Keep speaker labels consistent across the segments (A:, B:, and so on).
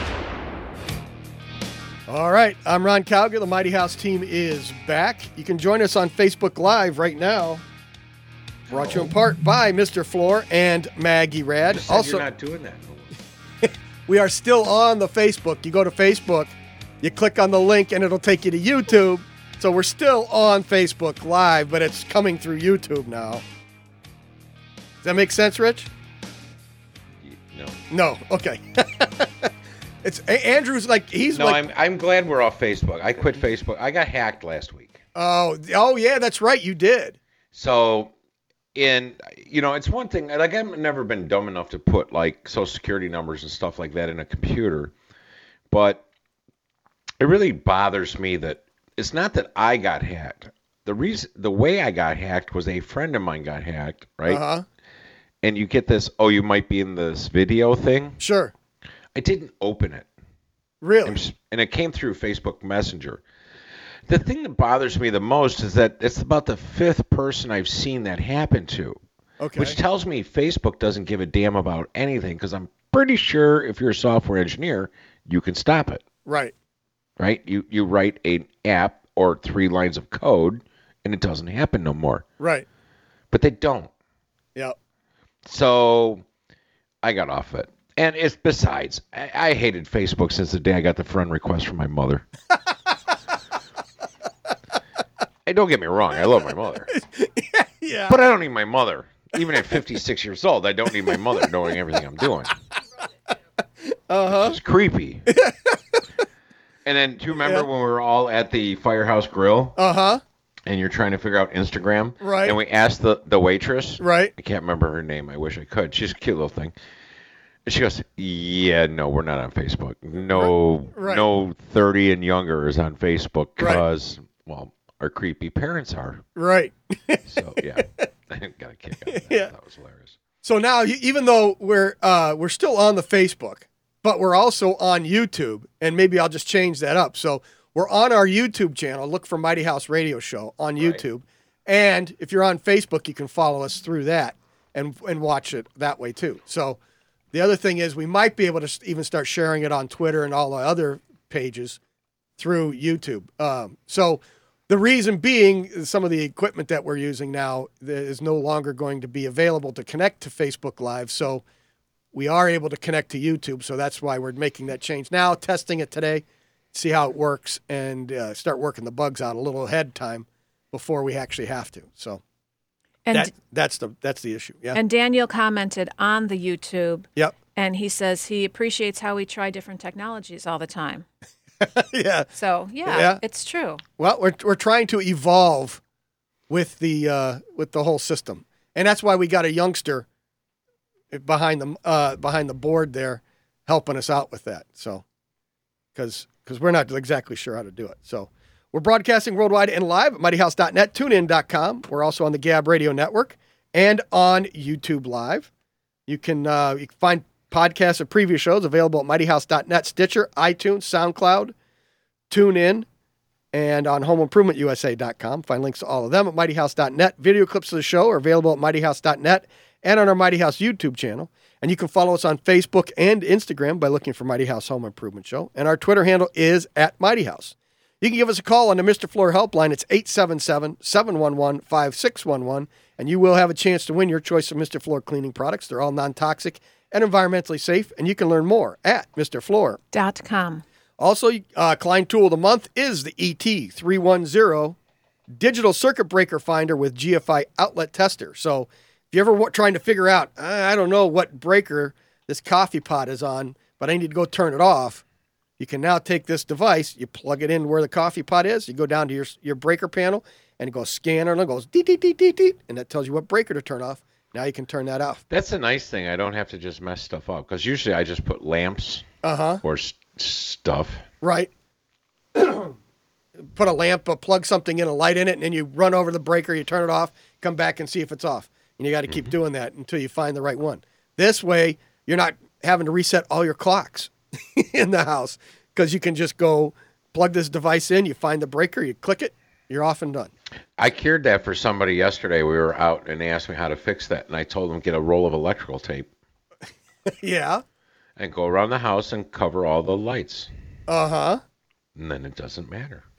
A: All right, I'm Ron Cowger. The Mighty House team is back. You can join us on Facebook Live right now. Brought to you in part by Mr. Floor and Maggie Rad.
B: Said
A: Also,
B: you're not doing that.
A: we are still on the Facebook. You go to Facebook, you click on the link, and it'll take you to YouTube. So we're still on Facebook Live, but it's coming through YouTube now. Does that make sense, Rich?
B: No,
A: No. Okay. it's A- Andrew's like he's
B: no,
A: like
B: I'm I'm glad we're off Facebook. I quit Facebook. I got hacked last week.
A: oh oh yeah that's right you did
B: So, in you know, it's one thing. Like I've never been dumb enough to put like social security numbers and stuff like that in a computer, but it really bothers me that it's not that I got hacked. The reason, the way I got hacked was a friend of mine got hacked, right?
A: uh huh
B: And you get this, oh, you might be in this video thing.
A: sure
B: I didn't open it.
A: really
B: I'm s- and it came through Facebook Messenger. The thing that bothers me the most is that it's about the fifth person I've seen that happen to,
A: okay
B: which tells me Facebook doesn't give a damn about anything because I'm pretty sure if you're a software engineer, you can stop it,
A: Right.
B: right? You you write an app or three lines of code and it doesn't happen no more.
A: Right.
B: But they don't.
A: Yeah.
B: So I got off it. And it's besides, I, I hated Facebook since the day I got the friend request from my mother. hey, don't get me wrong, I love my mother.
A: Yeah.
B: But I don't need my mother. Even at 56 years old, I don't need my mother knowing everything I'm doing. Uh-huh. It's creepy. and then, do you remember
A: Yeah.
B: when we were all at the Firehouse Grill
A: Uh huh.
B: and you're trying to figure out Instagram?
A: Right.
B: And we asked the, the waitress.
A: Right.
B: I can't remember her name. I wish I could. She's a cute little thing. And she goes, "Yeah, no, we're not on Facebook. No,
A: Right.
B: no, thirty and younger is on Facebook because, well, our creepy parents are.
A: Right.
B: So yeah, I got a kick out of that.
A: Yeah.
B: That was hilarious.
A: So now, you- even though we're uh, we're still on the Facebook, but we're also on YouTube, and maybe I'll just change that up. So we're on our YouTube channel. Look for Mighty House Radio Show on YouTube, and if you're on Facebook, you can follow us through that and and watch it that way too. So the other thing is, we might be able to s- even start sharing it on Twitter and all the other pages through YouTube. Um, so the reason being, is some of the equipment that we're using now that is no longer going to be available to connect to Facebook Live. So we are able to connect to YouTube. So that's why we're making that change now, testing it today, see how it works, and uh, start working the bugs out a little ahead time before we actually have to. So
C: And
A: that, that's the that's the issue. Yeah.
C: and Daniel commented on the YouTube,
A: yep.
C: and he says he appreciates how we try different technologies all the time.
A: yeah.
C: So yeah,
A: Yeah.
C: it's true.
A: Well, we're, we're trying to evolve with the uh, with the whole system, and that's why we got a youngster behind the uh, behind the board there, helping us out with that. So, because because we're not exactly sure how to do it. So, we're broadcasting worldwide and live at MightyHouse.net, TuneIn.com. We're also on the Gab Radio Network and on YouTube Live. You can uh, you can find podcasts of previous shows available at MightyHouse.net, Stitcher, iTunes, SoundCloud, TuneIn and on homeimprovementusa.com. Find links to all of them at mightyhouse.net. Video clips of the show are available at mightyhouse.net and on our Mighty House YouTube channel. And you can follow us on Facebook and Instagram by looking for Mighty House Home Improvement Show. And our Twitter handle is at Mighty House. You can give us a call on the Mr. Floor helpline. It's 877 711 5611, and you will have a chance to win your choice of Mr. Floor cleaning products. They're all non toxic and environmentally safe, and you can learn more at Mr. Floor.
C: Dot com.
A: Also, uh, Klein Tool of the Month is the E ET310 digital circuit breaker finder with GFI outlet tester. So, if you're ever wa- trying to figure out, "Uh, I don't know what breaker this coffee pot is on, but I need to go turn it off, you can now take this device, you plug it in where the coffee pot is, you go down to your, your breaker panel, and it goes scanner, and it goes deet, deet, deet, deet, deet, and that tells you what breaker to turn off. Now you can turn that off.
B: That's a nice thing. I don't have to just mess stuff up because usually I
A: Uh-huh.
B: just put lamps
A: Uh huh.
B: or s- stuff.
A: Right. put a lamp, uh, plug something in, a light in it, and then you run over the breaker, you turn it off, come back and see if it's off. And you got to keep
B: Mm-hmm.
A: doing that until you find the right one. This way, you're not having to reset all your clocks in the house because you can just go plug this device in, you find the breaker, you click it, you're off and done.
B: I cured that for somebody yesterday. We were out and they asked me how to fix that, and I told them get a roll of electrical tape
A: yeah.
B: and go around the house and cover all the lights,
A: Uh huh.
B: and then it doesn't matter.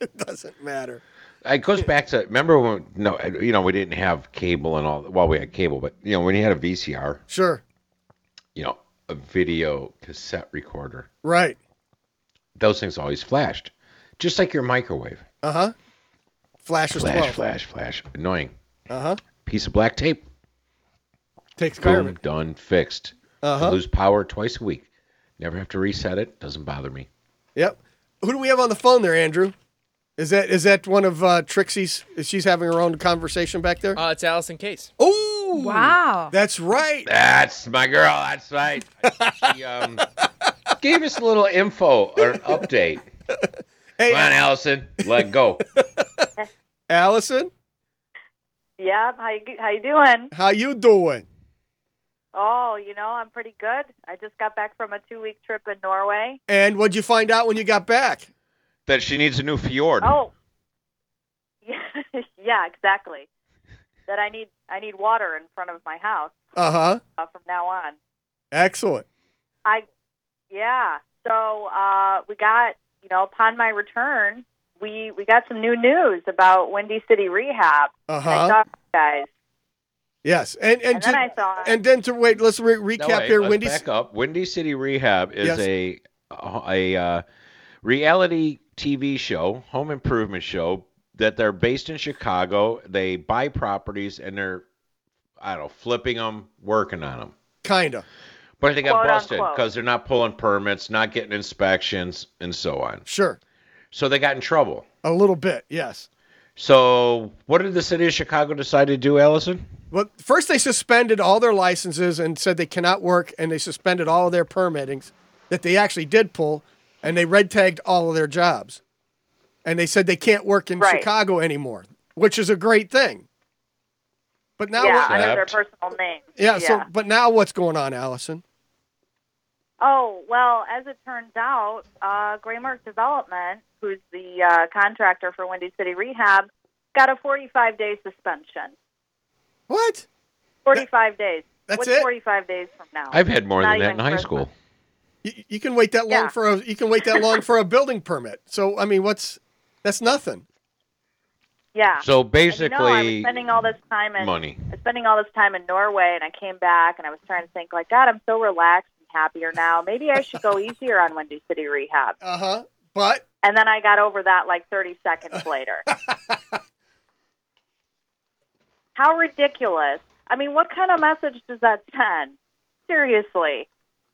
A: It doesn't matter.
B: It goes back to remember when no, you know, we didn't have cable and all. Well, we had cable, but you know, when you had a VCR,
A: Sure.
B: you know, a video cassette recorder,
A: Right.
B: those things always flashed, just like your microwave.
A: Uh huh. Flash is
B: Flash,
A: 12.
B: flash, flash. Annoying.
A: Uh huh.
B: Piece of black tape.
A: Takes care
B: Boom,
A: of it. Uh-huh.
B: done, fixed. I lose power twice a week. Never have to reset it. Doesn't bother me.
A: Yep. Who do we have on the phone there, Andrew? Is that is that one of uh, Trixie's? Is she's having her own conversation back there?
D: Uh, it's Allison Case.
A: oh,
C: Wow.
A: That's right.
B: That's my girl. That's right. She um, gave us a little info or an update. Come on,
A: Hey,
B: Allison. Let go.
A: Allison,
E: Yeah, how you, how you doing?
A: how you doing?
E: Oh, you know, I'm pretty good. I just got back from a two week trip in Norway.
A: And what'd you find out when you got back?
B: That she needs a new fjord.
E: Oh, yeah, yeah, exactly. That I need I need water in front of my house
A: Uh huh.
E: uh, from now on.
A: Excellent.
E: I, yeah. So uh, we got you know upon my return, we we got some new news about Windy City Rehab.
A: Uh
E: I
A: huh.
E: saw you guys.
A: Yes. And and
E: And then
A: to-
E: I saw-
A: and then to wait. Let's re- recap
B: No, wait,
A: here.
B: let's
A: Wendy's.
B: back up. Windy City Rehab is
A: Yes.
B: a a uh, reality TV show, home improvement show that they're based in Chicago. They buy properties and they're I don't know, flipping them, working on them.
A: Kinda.
B: But they got
E: Quote,
B: busted
E: unquote.
B: because they're not pulling permits, not getting inspections, and so on.
A: Sure.
B: So they got in trouble.
A: A little bit. Yes.
B: So what did the city of Chicago decide to do, Allison?
A: Well, first they suspended all their licenses and said they cannot work, and they suspended all of their permittings that they actually did pull, and they red tagged all of their jobs, and they said they can't work in
E: Right.
A: Chicago anymore, which is a great thing. But now,
E: yeah,
A: what-
B: I-
E: under their
B: Except-
E: personal name.
A: yeah. So, but now what's going on, Allison?
E: Oh, well, as it turns out, uh, Graymark Development, who's the uh, contractor for Windy City Rehab, got a 45 day suspension.
A: What?
E: 45 days.
A: that's
E: What's
A: it?
E: 45 days from now?
B: I've had more
E: Not
B: than that in
E: even
B: high
E: Christmas.
B: school.
A: You, you can wait that long
E: Yeah.
A: for a you can wait that long for a building permit. So I mean, what's that's nothing.
E: Yeah.
B: So
E: And you know, I was
B: basically,
E: spending all this time in
B: money.
E: I was spending all this time in Norway, and I came back, and I was trying to think, like, God, I'm so relaxed and happier now. Maybe I should go easier on Windy City Rehab.
A: Uh huh. But
E: And then I got over that like 30 seconds later. How ridiculous. I mean, what kind of message does that send? Seriously,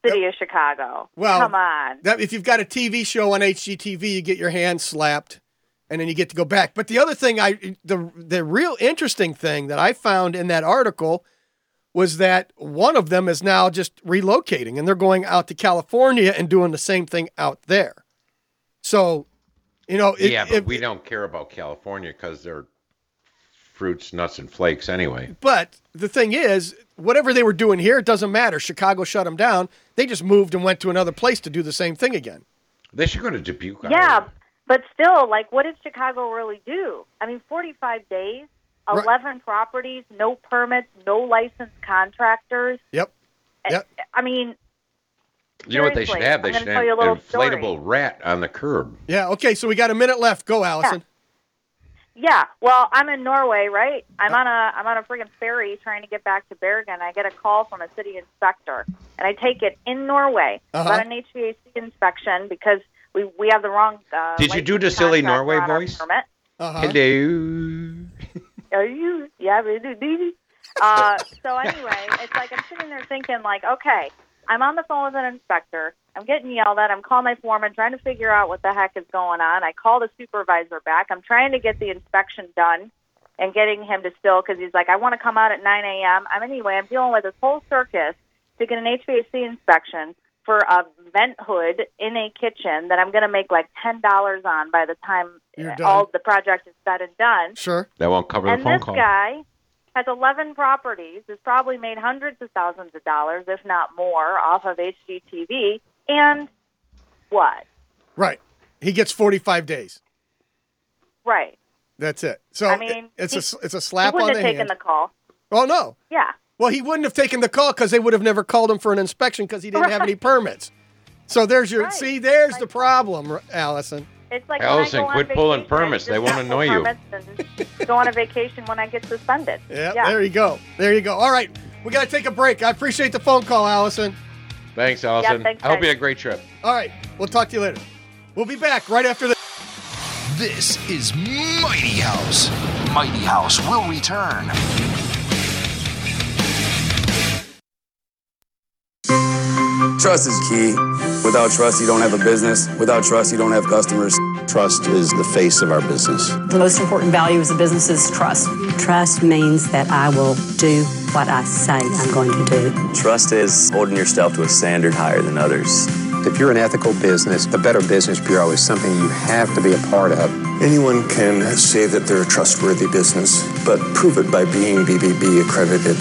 E: City of Chicago.
A: Well,
E: Come on.
A: That if you've got a TV show on HGTV, you get your hand slapped, and then you get to go back. But the other thing, I the the real interesting thing that I found in that article was that one of them is now just relocating, and they're going out to California and doing the same thing out there. So, you know, Oh, it-
B: yeah, but
A: it-
B: we don't care about California because they're fruits, nuts, and flakes anyway.
A: But the thing is, whatever they were doing here, it doesn't matter. Chicago shut them down. They just moved and went to another place to do the same thing again.
B: They should go to Dubuque.
E: Yeah,
B: Iowa.
E: but still, like, what did Chicago really do? I mean, 45 days,
A: Right.
E: 11 properties, no permits, no licensed contractors.
A: Yep. Yep.
E: I mean,
B: You know what they should
E: Seriously,
B: have? They
E: I'm gonna
B: should
E: tell
B: have
E: you
B: an
E: a little
B: inflatable
E: story.
B: rat on the curb.
A: Yeah. Okay. So we got a minute left. Go, Allison.
E: Yeah, well, I'm in Norway, right? I'm on a I'm on a friggin' ferry trying to get back to Bergen. I get a call from a city inspector, and I take it in Norway
A: Uh-huh.
E: about an HVAC inspection because we we have the wrong. Uh,
B: Did you do the
E: license
B: silly
E: contractor
B: Norway
E: on our
B: voice?
E: Permit.
A: Uh-huh.
B: Hello.
E: Are you? Yeah, we do, do you? Uh, so anyway, it's like I'm sitting there thinking, like, okay, I'm on the phone with an inspector. I'm getting yelled at. I'm calling my foreman, trying to figure out what the heck is going on. I call the supervisor back. I'm trying to get the inspection done and getting him to still because he's like, I want to come out at 9 a.m. I'm anyway. I'm dealing with this whole circus to get an HVAC inspection for a vent hood in a kitchen that I'm going to make like ten dollars on by the time
A: You're
E: uh, all
A: done.
E: the project is said and done.
A: Sure.
B: That won't cover the
E: And
B: phone
E: this
B: call.
E: guy has 11 properties, has probably made hundreds of thousands of dollars, if not more, off of HGTV. And what?
A: Right. He gets 45 days.
E: Right.
A: That's it. So
E: I mean,
A: it's
E: he-
A: a it's a
E: He
A: slap on
E: wouldn't
A: the
E: have taken
A: hand.
E: the call.
A: oh no.
E: Yeah.
A: Well, he wouldn't have taken the call because they would have never called him for an inspection because he didn't have any permits. So there's your
E: Right.
A: see. There's the problem, R- Allison.
E: It's like
B: Allison,
E: when I go on
B: quit pulling
E: vacation, I
B: permits.
E: just
B: They won't
E: not pull
B: annoy you.
E: permits and Go on a vacation when I get suspended.
A: Yeah,
E: yeah.
A: There you go. There you go. All right. We got to take a break. I appreciate the phone call, Allison.
B: Thanks, Allison.
E: thanks,
B: I hope
E: guys.
B: you had a great trip.
A: All right. We'll talk to you later. We'll be back right after this.
D: This is Mighty House. Mighty House will return.
F: Trust is key. Without trust, you don't have a business. Without trust, you don't have customers.
G: Trust is the face of our business.
H: The most important value is a business's trust. Trust means that I will do what I say I'm going to do.
F: Trust is holding yourself to a standard higher than others.
G: If you're an ethical business, the Better Business Bureau is something you have to be a part of. Anyone can say that they're a trustworthy business, but prove it by being BBB accredited.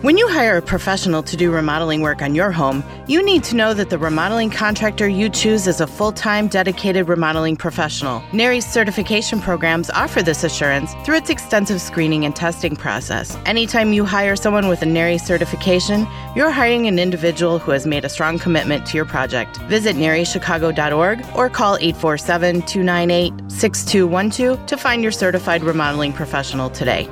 H: When you hire a professional to do remodeling work on your home, you need to know that the remodeling contractor you choose is a full time, dedicated remodeling professional. NARI's certification programs offer this assurance through its extensive screening and testing process. Anytime you hire someone with a NARI certification, you're hiring an individual who has made a strong commitment to your project. Visit NARIChicago.org or call 847 298 6212 to find your certified remodeling professional today.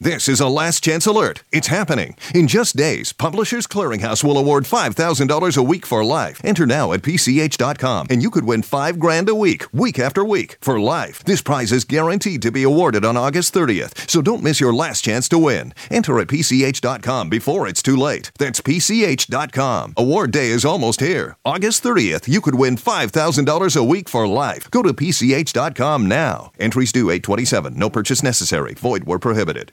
D: This is a last chance alert. It's happening. In just days, Publishers Clearinghouse will award $5,000 a week for life. Enter now at pch.com and you could win 5 grand a week, week after week, for life. This prize is guaranteed to be awarded on August 30th, so don't miss your last chance to win. Enter at pch.com before it's too late. That's pch.com. Award day is almost here. August 30th, you could win $5,000 a week for life. Go to pch.com now. Entries due 827. No purchase necessary. Void where prohibited.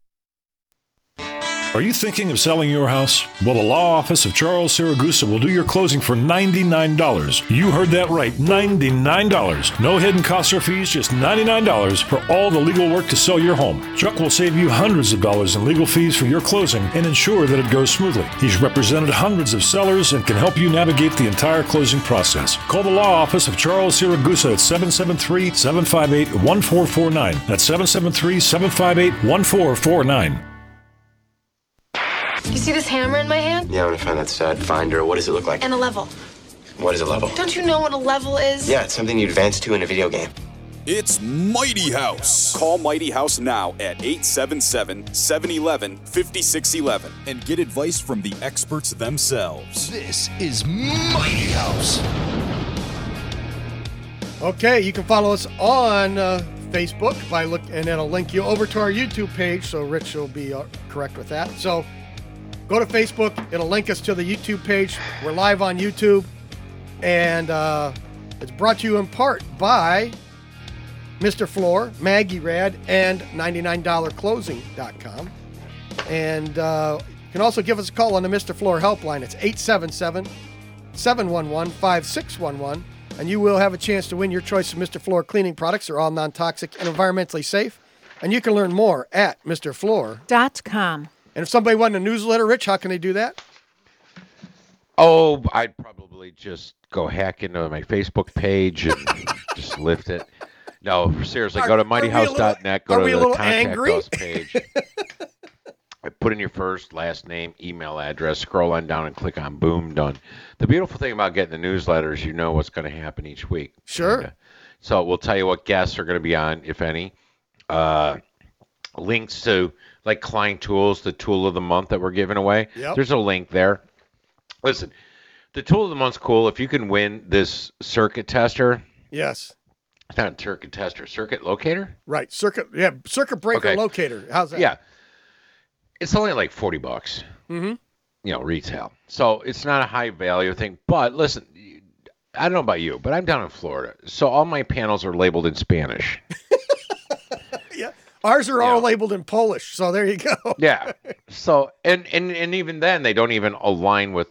I: Are you thinking of selling your house? Well, the law office of Charles Siragusa will do your closing for $99. You heard that right, $99. No hidden costs or fees, just $99 for all the legal work to sell your home. Chuck will save you hundreds of dollars in legal fees for your closing and ensure that it goes smoothly. He's represented hundreds of sellers and can help you navigate the entire closing process. Call the law office of Charles Siragusa at 773 758 1449. That's 773 758 1449.
H: You see this hammer in my hand?
G: Yeah, I'm gonna find that stud finder. What does it look like?
H: And a level.
G: What is a
J: Oh.
G: level?
H: Don't you know what a level is?
G: Yeah, it's something you advance to in a video game.
K: It's Mighty House. Call Mighty House now at 877 711 5611
L: And get advice from the experts themselves.
D: This is Mighty House.
A: Okay, you can follow us on uh, Facebook by look, and it'll link you over to our YouTube page. So Rich will be uh, correct with that. So go to Facebook; it'll link us to the YouTube page. We're live on YouTube, and uh, it's brought to you in part by Mr. Floor, Maggie Rad, and $99closing.com. And uh, you can also give us a call on the Mr. Floor helpline. It's 877 711 5611. And you will have a chance to win your choice of Mr. Floor cleaning products. They're all non toxic and environmentally safe. And you can learn more at Mr. Floor.
C: Dot com.
A: And if somebody wanted a newsletter, Rich, how can they do that?
B: Oh, I'd probably just go hack into my Facebook page and just lift it. No, seriously, go
A: Are-
B: to
A: are we a little-
B: mightyhouse.net, go
A: are
B: to
A: we a
B: the
A: little
B: contact
A: angry?
B: us page. Put in your first, last name, email address, scroll on down and click on boom done. The beautiful thing about getting the newsletter is you know what's going to happen each week.
A: Sure.
B: So we'll tell you what guests are going to be on, if any. Uh, links to like Klein Tools, the tool of the month that we're giving away.
M: Yep.
B: There's a link there. Listen, the tool of the month's cool. If you can win this circuit tester,
A: Yes.
B: it's not a circuit tester, circuit locator.
A: Right. Circuit. Yeah. Circuit breaker
B: Okay.
A: locator. How's that?
B: Yeah, it's only like forty bucks.
A: Mm-hmm.
B: you know, retail. So it's not a high value thing. But listen, you- I don't know about you, but I'm down in Florida, so all my panels are labeled in Spanish.
A: Ours are all labeled in Polish. So there you go.
B: yeah. So and and and even then, they don't even align with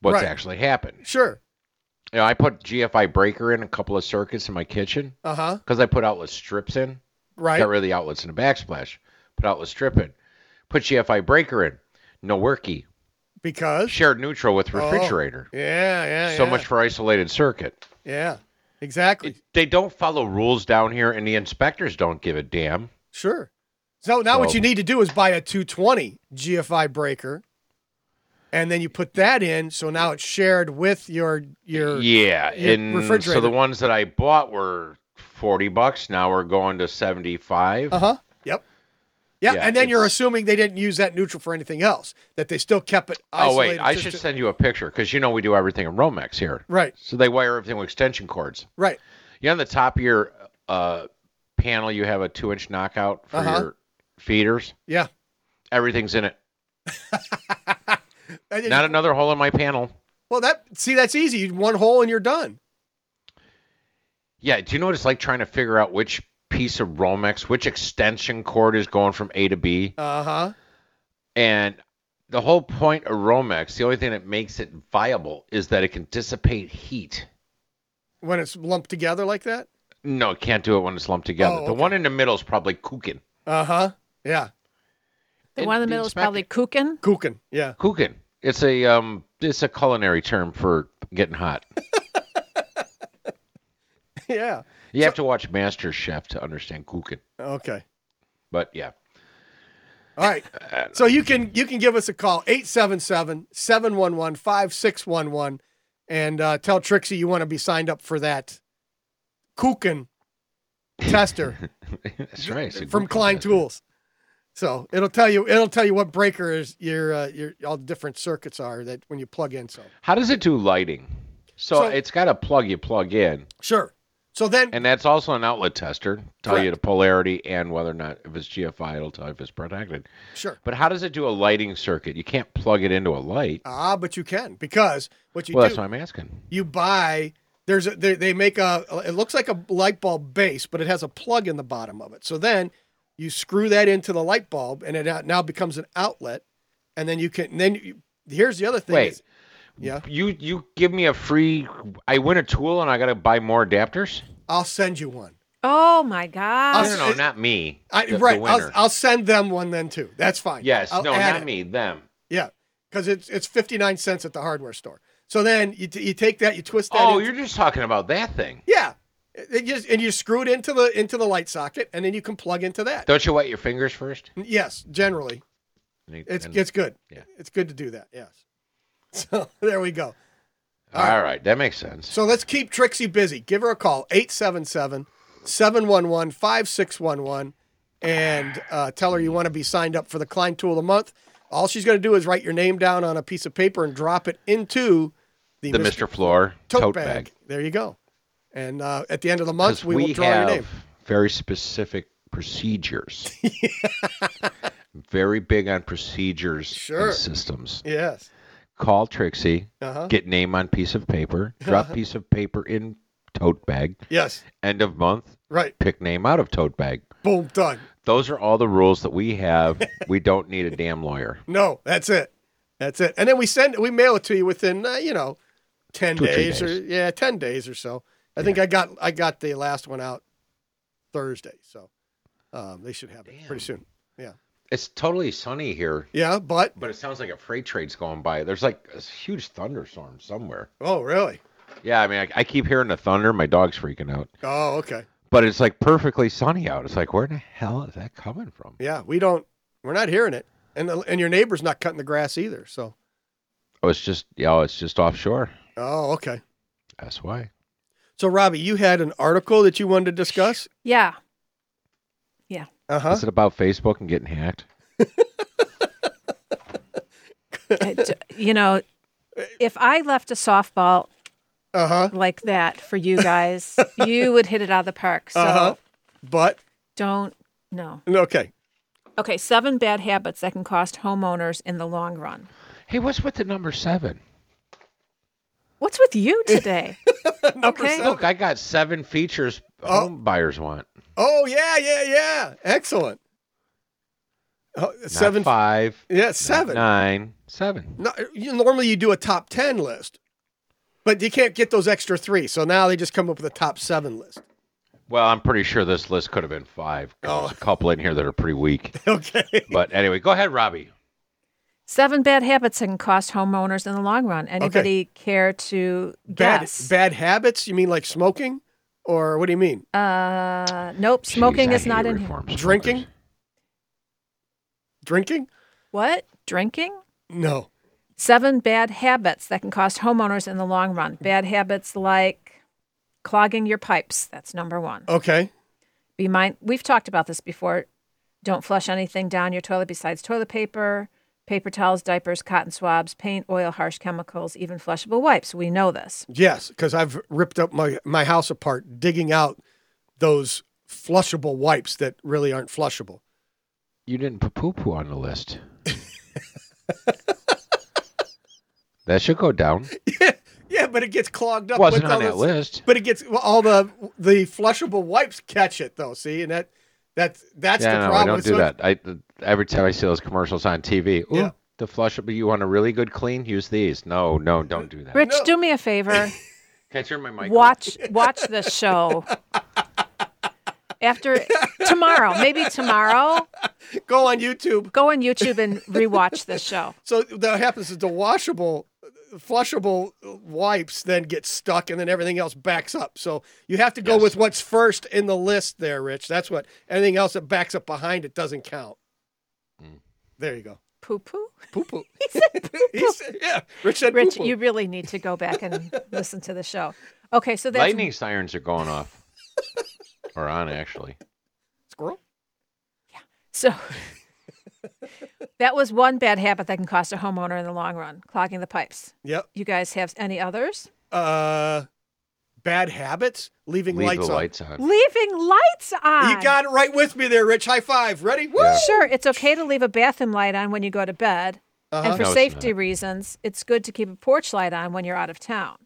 B: what's
A: Right.
B: actually happened.
A: Sure.
B: You know, I put GFI breaker in a couple of circuits in my kitchen
A: Uh huh.
B: because I put outlet strips in.
A: Right.
B: Got rid of the outlets in a backsplash. Put outlet strip in. Put GFI breaker in. No worky.
A: Because
B: shared neutral with
A: Oh,
B: refrigerator.
A: yeah. Yeah.
B: so
A: yeah.
B: much for isolated circuit.
A: Yeah. Exactly.
B: they don't follow rules down here, and the inspectors don't give a damn.
A: Sure. So now what
B: So-
A: you need to do is buy a 220 GFI breaker, and then you put that in. So now it's shared with your your
B: Yeah,
A: your
B: and
A: refrigerator.
B: so the ones that I bought were forty bucks. Now we're going to seventy-five.
A: Uh huh. Yep. Yeah,
B: Yeah,
A: and then you're assuming they didn't use that neutral for anything else. That they still kept it.
B: Oh
A: Isolated
B: wait, I
A: just
B: should
A: to-
B: send you a picture because you know we do everything in Romex here.
A: Right.
B: So they wire everything with extension cords.
A: Right.
B: You know, on the top of your uh, panel, you have a two-inch knockout for
A: Uh-huh.
B: your feeders.
A: Yeah.
B: Everything's in it.
A: And then
B: Not
A: you-
B: another hole in my panel.
A: well, that see that's easy. You- One hole and you're done.
B: Yeah, do you know what it's like trying to figure out which piece of Romex, which extension cord is going from A to B?
A: Uh huh.
B: And the whole point of Romex, the only thing that makes it viable is that it can dissipate heat.
A: When it's lumped together like that.
B: No, it can't do it when it's lumped together.
A: Oh,
B: The one in the middle is probably kookin.
A: Uh huh. Yeah.
C: The one in the middle is probably Kukin.
A: Kukin. Yeah.
B: Kookin. It's a um it's a culinary term for getting hot.
A: yeah.
B: You have to watch Master Chef to understand kookin.
A: Okay.
B: But yeah.
A: All right. So you can you can give us a call 877-711-5611 and uh, tell Trixie you want to be signed up for that Kuchen tester
B: That's right. it's a
A: from
B: Kukin.
A: Klein Tools. So it'll tell you it'll tell you what breaker is your uh, your all the different circuits are that when you plug in. So
B: How does it do lighting? so
A: So-
B: it's got a plug you plug in.
A: sure. So then
B: And that's also an outlet tester. Tell you the polarity and whether or not if it's GFI, it'll tell you if it's protected.
A: sure.
B: But how does it do a lighting circuit? You can't plug it into a light.
A: Ah, but you can because what you
B: well,
A: do
B: that's what I'm asking.
A: you buy there's a, they, they make a it looks like a light bulb base but it has a plug in the bottom of it so then you screw that into the light bulb and it out- now becomes an outlet and then you can then you, here's the other thing
B: Wait.
A: is- yeah
B: You you give me a free. I win a tool and I got to buy more adapters.
A: i'll send you one
C: Oh my God!
B: No, no, no, not me.
A: I,
B: the- the
A: right I'll,
B: winner.
A: I'll send them one then too that's fine
B: yes,
A: I'll
B: no,
A: add
B: not
A: it.
B: me. Them.
A: yeah because it's it's 59 cents at the hardware store so then you, t- you take that you twist that
B: Oh,
A: into-
B: you're just talking about that thing.
A: yeah It- it just- and you screw it into the into the light socket and then you can plug into that
B: Don't you wet your fingers first?
A: yes generally It's it's good.
B: Yeah.
A: It's good to do that. Yes. So there we go.
B: All right, that makes sense.
A: So let's keep Trixie busy. Give her a call 877-711-5611 and uh, tell her you want to be signed up for the Klein tool of the month. All she's going to do is write your name down on a piece of paper and drop it into
B: The,
A: the,
B: Mr. Floor
A: Tote, bag. There you go. And uh, at the end of the month,
B: 'Cause
A: we, will draw
B: have
A: your name.
B: very specific procedures. very big on procedures
A: Sure.
B: and systems.
A: Yes.
B: Call Trixie,
A: Uh-huh.
B: get name on piece of paper, drop piece of paper in tote bag.
A: Yes.
B: End of month,
A: Right.
B: pick name out of tote bag.
A: Boom. Done.
B: Those are all the rules that we have. we don't need a damn lawyer.
A: No, that's it. That's it. And then we send we mail it to you within uh, you know ten
B: Two or three
A: days, or yeah, ten days or so. I think I got I got the last one out Thursday, so um, they should have it pretty soon. Yeah,
B: It's totally sunny here,
A: yeah, but
B: but it sounds like a freight train's going by. There's like a huge thunderstorm somewhere.
A: oh really?
B: Yeah, I mean, I, I keep hearing the thunder. My dog's freaking out.
A: Oh okay.
B: But it's like perfectly sunny out. It's like, where the hell is that coming from?
A: Yeah, we don't we're not hearing it, and the, and your neighbor's not cutting the grass either. So
B: Oh, it's just, yeah, it's just offshore.
A: oh okay.
B: That's why.
A: So Robbie, you had an article that you wanted to discuss.
C: Yeah. Yeah.
A: Uh-huh.
B: Is it about Facebook and getting hacked?
C: I Uh, d- you know, if I left a softball
A: Uh-huh.
C: like that for you guys, you would hit it out of the park. So
A: Uh-huh. But
C: don't, no.
A: okay.
C: Okay, seven bad habits that can cost homeowners in the long run.
B: Hey, what's with the number seven?
C: What's with you today? okay.
B: Look, I got seven features home buyers want.
A: Oh yeah, yeah, yeah. Excellent. Oh,
B: Not
A: seven.
B: five.
A: Yeah, seven.
B: Nine. Seven.
A: No, you, normally you do a top ten list, but you can't get those extra three. So now they just come up with a top seven list.
B: Well, I'm pretty sure this list could have been five. 'cause There's a couple in here that are pretty weak.
A: Oh. okay.
B: But anyway, go ahead, Robbie.
C: Seven bad habits that can cost homeowners in the long run. Anybody care to
A: Bad
C: guess?
A: bad habits? You mean like smoking, or what do you mean?
C: Uh, nope. Smoking
A: I
C: is not
A: hate
C: in here.
A: Drinking. Drinking?
C: What? Drinking?
A: No.
C: Seven bad habits that can cost homeowners in the long run.
A: Mm.
C: Bad habits like clogging your pipes. That's number one.
A: Okay.
C: Be mind. We've talked about this before. Don't flush anything down your toilet besides toilet paper, paper towels, diapers, cotton swabs, paint, oil, harsh chemicals, even flushable wipes. We know this.
A: Yes, because I've ripped up my my house apart digging out those flushable wipes that really aren't flushable.
B: You didn't put poo poo on the list. that should go down.
A: Yeah, but it gets clogged up.
B: Wasn't
A: with
B: on
A: all
B: that
A: this-
B: list.
A: But it gets well, all the the flushable wipes catch it though. See, and that that's that's
B: yeah,
A: the
B: no,
A: problem.
B: I don't
A: It's
B: do
A: so-
B: that. I every time I see those commercials on TV, ooh,
A: Yeah.
B: the flushable. You want a really good clean? Use these. No, no, don't do that.
C: Rich, do me a favor.
B: Can I turn my mic?
C: watch watch the show after tomorrow maybe tomorrow
A: go on youtube
C: go on youtube and rewatch the show
A: So that happens is the washable, flushable wipes then get stuck, and then everything else backs up. So you have to go with what's first in the list there, Rich. That's what anything else that backs up behind it doesn't count. There you go.
C: poo poo
A: Poo poo.
C: he
A: said yeah rich said
C: rich
B: poo-poo.
C: you really need to go back and listen to the show okay so that's
B: Lightning sirens are going off, or on actually.
A: Squirrel.
C: so that was one bad habit that can cost a homeowner in the long run clogging the pipes
A: Yep.
C: you guys have any others
A: Uh, bad habits. Leaving
B: Leave
A: lights
B: the
A: on.
B: lights on.
C: leaving lights on
A: You got it right with me there, Rich. High five. Ready? Woo!
C: Sure, it's okay to leave a bathroom light on when you go to bed.
A: Uh-huh.
C: And for
A: No, it's
C: safety reasons, it's good to keep a porch light on when you're out of town.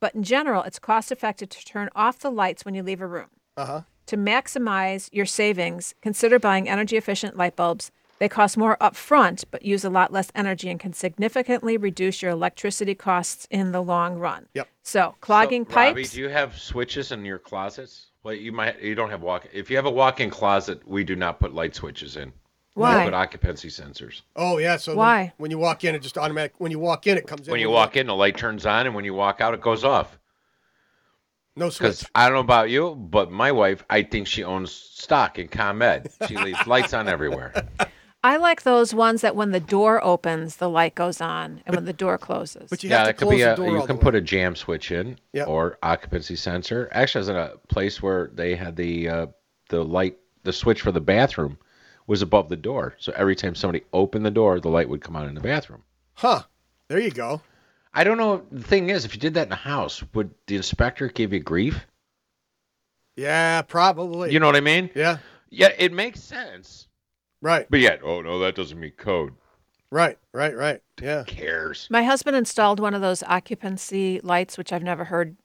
C: But in general, it's cost effective to turn off the lights when you leave a room.
A: Uh huh.
C: To maximize your savings, consider buying energy efficient light bulbs. They cost more upfront, but use a lot less energy and can significantly reduce your electricity costs in the long run.
A: Yep.
C: So, clogging
B: Robbie,
C: pipes.
B: do you have switches in your closets? Well, you might. You don't have walk. If you have a walk-in closet, we do not put light switches in.
C: Why?
B: We put occupancy sensors.
A: Oh yeah. So then
C: Why?
A: When you walk in, it just automatic. When you walk in, it comes in.
B: When you
A: with
B: walk in, the light turns on, and when you walk out, it goes off.
A: no
B: Because
A: switch.
B: I don't know about you, but my wife, I think she owns stock in ComEd. She leaves lights on everywhere.
C: I like those ones that when the door opens, the light goes on, and when the door closes.
A: But
B: yeah, it could be a. You can put a jam switch in,
A: Yep.
B: or occupancy sensor. Actually, I was in a place where they had the uh, the light, the switch for the bathroom, was above the door. So every time somebody opened the door, the light would come on in the bathroom.
A: Huh. There you go.
B: I don't know. The thing is, if you did that in a house, would the inspector give you grief?
A: Yeah, probably.
B: You know what I mean?
A: Yeah.
B: Yeah, it makes sense.
A: Right.
B: But yet, oh no, that doesn't meet code.
A: Right. Right. Right. Yeah.
B: Cares.
C: My husband installed one of those occupancy lights, which I've never heard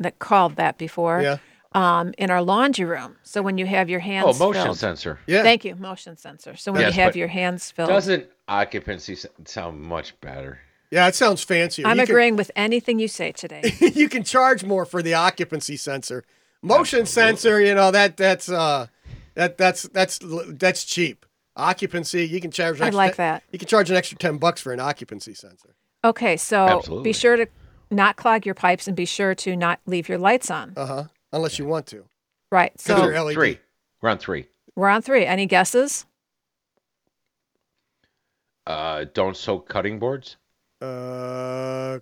C: that called that before.
B: Yeah.
C: Um, in our laundry room. So when you have your hands
B: oh, motion
C: filled-
B: sensor.
C: Thank you, motion sensor. So when
B: Yes,
C: you have
B: but
C: your hands filled,
B: Doesn't occupancy s- sound much better?
A: Yeah, it sounds fancier.
C: I'm
A: you
C: agreeing with anything you say today.
A: Can, you can charge more for the occupancy sensor, motion sensor. You know that that's uh, that that's that's that's cheap. Occupancy, you can charge. an
C: I
A: extra-
C: like that.
A: You can charge an extra ten bucks for an occupancy sensor.
C: Okay, so
A: Absolutely.
C: be sure to not clog your pipes and be sure to not leave your lights on.
A: Uh huh. Unless you want to.
C: Right.
A: Because
C: So
A: they're LED.
B: Three. We're on three.
C: we're on three. Any guesses?
B: Uh, don't soak cutting boards.
A: Uh,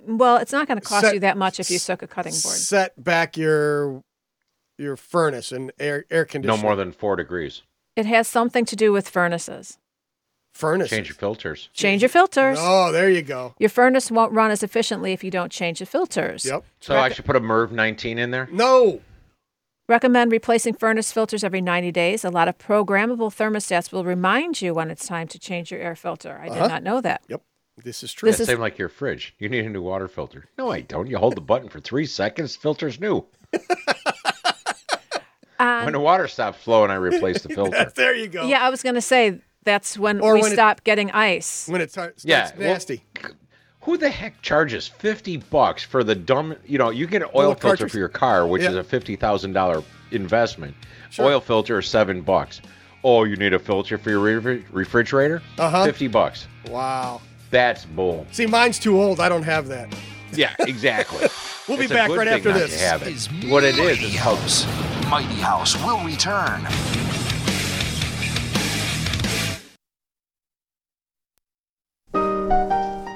C: Well, it's not going to cost
A: Set-
C: you that much if you soak a cutting board.
A: set back your your furnace and air air
B: No
A: conditioning.
B: more than four degrees.
C: It has something to do with furnaces.
A: furnace.
B: Change your filters.
C: Change your filters.
A: Oh, there you go.
C: Your furnace won't run as efficiently if you don't change the filters. Yep.
B: So I should put a MERV 19 in there?
A: No.
C: Recommend replacing furnace filters every 90 days. A lot of programmable thermostats will remind you when it's time to change your air filter. I
B: Uh-huh.
C: did not know that.
A: Yep. This is
C: true. This is-
B: This Same like your fridge. You need a new water filter. No, I don't. You hold the button for three seconds, filter's new.
C: Um,
B: When the water stops flowing, I replace the filter.
A: there you go.
C: Yeah, I was going to say that's when
A: Or
C: we
A: when it-
C: stop getting ice.
A: When it starts
B: Yeah, well,
A: nasty.
B: Who the heck charges 50 bucks for the dumb, you know, you get an oil
A: Little
B: filter
A: cartridge.
B: for your car, which
A: Yeah.
B: is a $50,000 investment. Oil filter is 7 bucks. Oh, you need a filter for your re- refrigerator?
A: Uh-huh.
B: 50 bucks.
A: Wow.
B: That's bull.
A: See, mine's too old. I don't have that.
B: Yeah, exactly.
A: We'll be
B: It's a
A: back
B: good
A: right
B: thing
A: after
B: not to
A: this.
B: have it. What it is is how
M: Mighty House will return.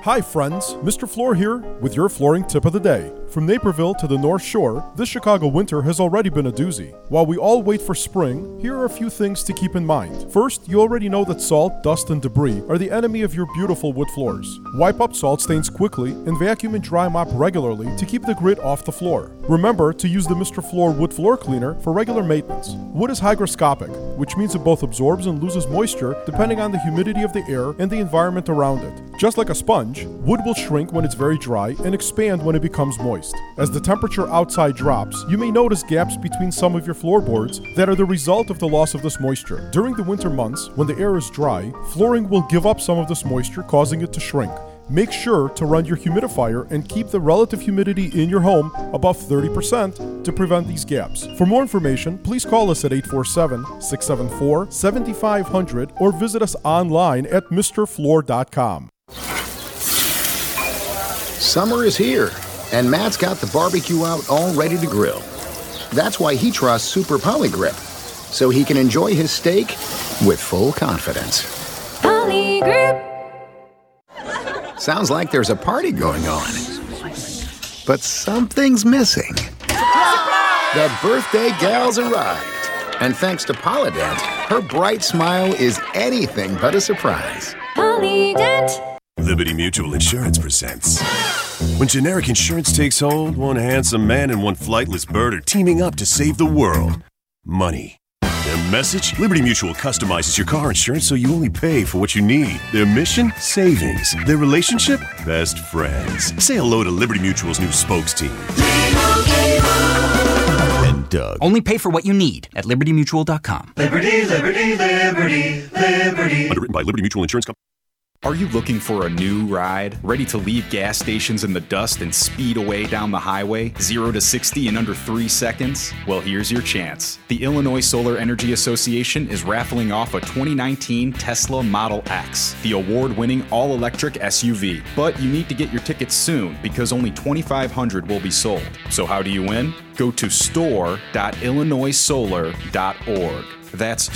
N: Hi, friends. Mr. Floor here with your flooring tip of the day. From Naperville to the North Shore, this Chicago winter has already been a doozy. While we all wait for spring, here are a few things to keep in mind. First, you already know that salt, dust, and debris are the enemy of your beautiful wood floors. Wipe up salt stains quickly and vacuum and dry mop regularly to keep the grit off the floor. Remember to use the Mr. Floor wood floor cleaner for regular maintenance. Wood is hygroscopic, which means it both absorbs and loses moisture depending on the humidity of the air and the environment around it. Just like a sponge, wood will shrink when it's very dry and expand when it becomes moist. As the temperature outside drops, you may notice gaps between some of your floorboards that are the result of the loss of this moisture. During the winter months, when the air is dry, flooring will give up some of this moisture, causing it to shrink. Make sure to run your humidifier and keep the relative humidity in your home above 30% to prevent these gaps. For more information, please call us at 847 674 7500 or visit us online at MrFloor.com.
O: Summer is here, and Matt's got the barbecue out all ready to grill. That's why he trusts Super Polygrip, so he can enjoy his steak with full confidence. Polygrip! Sounds like there's a party going on, but something's missing. The birthday gal's arrived, and thanks to Polydent, her bright smile is anything but a surprise. Polydent!
P: Liberty Mutual Insurance presents. When generic insurance takes hold, one handsome man and one flightless bird are teaming up to save the world. Money. Their message? Liberty Mutual customizes your car insurance so you only pay for what you need. Their mission? Savings. Their relationship? Best friends. Say hello to Liberty Mutual's new spokes team. And Doug.
Q: Only pay for what you need at libertymutual.com.
R: Liberty, liberty, liberty, liberty.
P: Underwritten by Liberty Mutual Insurance Company.
S: Are you looking for a new ride? Ready to leave gas stations in the dust and speed away down the highway? Zero to 60 in under three seconds? Well, here's your chance. The Illinois Solar Energy Association is raffling off a 2019 Tesla Model X, the award winning all electric SUV. But you need to get your tickets soon because only 2,500 will be sold. So, how do you win? Go to store.illinoisolar.org. That's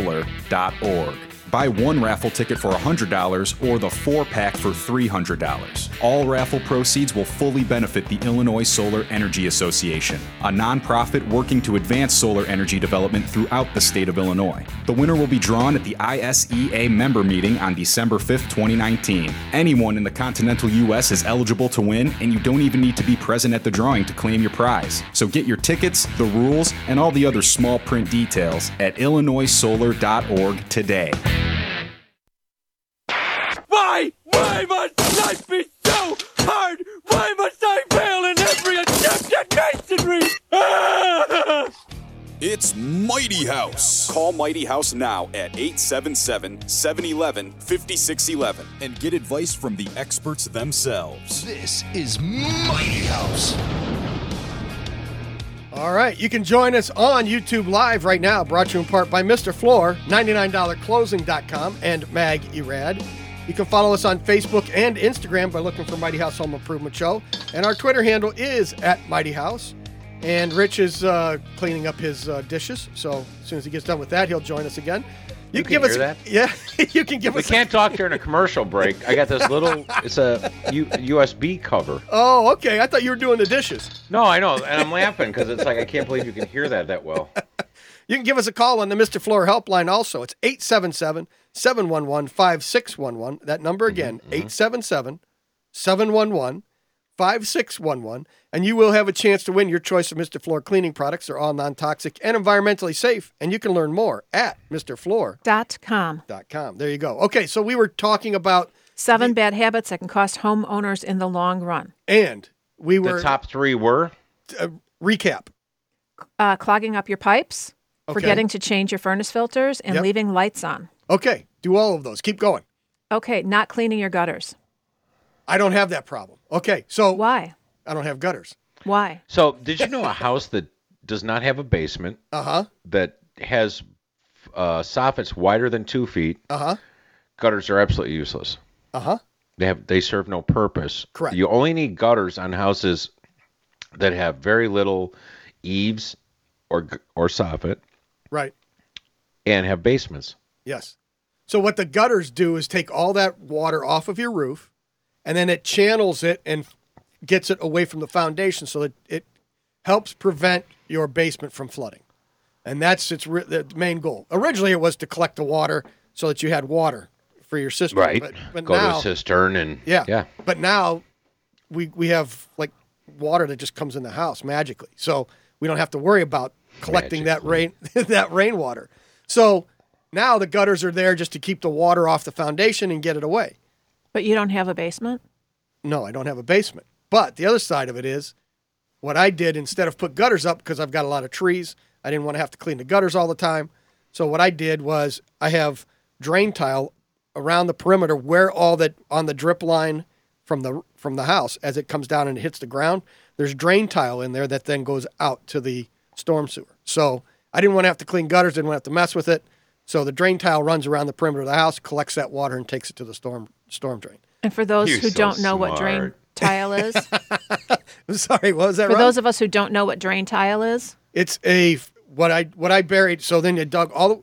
S: store.illinoisolar.org. Buy one raffle ticket for $100 or the four pack for $300. All raffle proceeds will fully benefit the Illinois Solar Energy Association, a nonprofit working to advance solar energy development throughout the state of Illinois. The winner will be drawn at the ISEA member meeting on December 5th, 2019. Anyone in the continental U.S. is eligible to win, and you don't even need to be present at the drawing to claim your prize. So get your tickets, the rules, and all the other small print details at illinoisolar.org today.
R: Why? Why must life be so hard? Why must I fail in every attempt at masonry?
K: It's Mighty House. Call Mighty House now at 877 711 5611 and get advice from the experts themselves.
M: This is Mighty House.
A: All right, you can join us on YouTube Live right now, brought to you in part by Mr. Floor, $99closing.com, and Mag Erad. You can follow us on Facebook and Instagram by looking for Mighty House Home Improvement Show. And our Twitter handle is at Mighty House. And Rich is uh, cleaning up his uh, dishes, so as soon as he gets done with that, he'll join us again. You, can give us
B: hear
A: yeah. you can give
B: we
A: us.
B: can't talk during a commercial break. I got this little. It's a U, USB cover.
A: Oh, okay. I thought you were doing the dishes.
B: No, I know, and I'm laughing because it's like I can't believe you can hear that that well.
A: You can give us a call on the Mr. Floor helpline also. It's 877 711 5611. That number
B: Mm-hmm,
A: again, 877 711 5611. And you will have a chance to win your choice of Mr. Floor cleaning products. They're all non toxic and environmentally safe. And you can learn more at
C: MrFloor.com.
A: com. There you go. Okay, so we were talking about,
C: Seven bad habits that can cost homeowners in the long run.
A: and we were
B: the top three were
A: uh, recap.
C: Uh, clogging up your pipes,
A: Okay.
C: forgetting to change your furnace filters, and
A: Yep.
C: leaving lights on.
A: Okay, do all of those. Keep going.
C: Okay, not cleaning your gutters.
A: I don't have that problem. Okay, so
C: why?
A: I don't have gutters.
C: Why?
B: So, did you know a house that does not have a basement
A: Uh huh.
B: that has uh, soffits wider than two feet?
A: Uh huh.
B: Gutters are absolutely useless.
A: Uh huh.
B: They have they serve no purpose.
A: Correct.
B: You only need gutters on houses that have very little eaves or g- or soffit
A: Right.
B: and have basements.
A: Yes. So what the gutters do is take all that water off of your roof, and then it channels it and gets it away from the foundation, so that it helps prevent your basement from flooding. And that's its re- the main goal. Originally, it was to collect the water so that you had water for your system. But, but
B: Go to
A: now,
B: a cistern and
A: yeah,
B: yeah.
A: But now we we have like water that just comes in the house magically, so we don't have to worry about collecting that rain that rainwater. So now the gutters are there just to keep the water off the foundation and get it away.
C: But you don't have a basement?
A: No, I don't have a basement. But the other side of it is what I did instead of put gutters up because I've got a lot of trees. I didn't want to have to clean the gutters all the time. So what I did was I have drain tile around the perimeter where all that on the drip line from the from the house as it comes down and it hits the ground. There's drain tile in there that then goes out to the storm sewer. So I didn't want to have to clean gutters, didn't want to have to mess with it. So the drain tile runs around the perimeter of the house, collects that water and takes it to the storm storm drain.
C: And for those
A: You're
C: who
A: so
C: don't know what drain
A: smart.
C: tile is,
A: I'm sorry, what was that?
C: for
A: Rob?
C: those of us who don't know what drain tile is,
A: It's a what I what I buried. So then you dug all. The,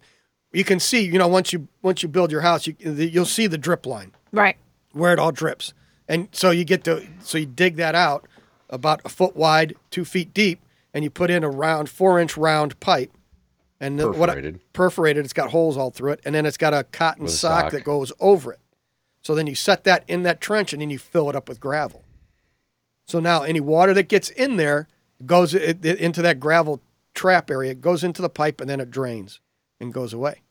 A: you can see, you know, once you once you build your house, you you'll see the drip line
C: right?
A: where it all drips, and so you get to so you dig that out about a foot wide, two feet deep, and you put in a round four inch round pipe, and the- what I-
B: Perforated.
A: perforated. It's got holes all through it, and then it's got a cotton
B: With a
A: sock,
B: sock.
A: that goes over it. So then you set that in that trench, and then you fill it up with gravel. So now any water that gets in there goes it, it- into that gravel trap area, it goes into the pipe, and then it drains and goes away.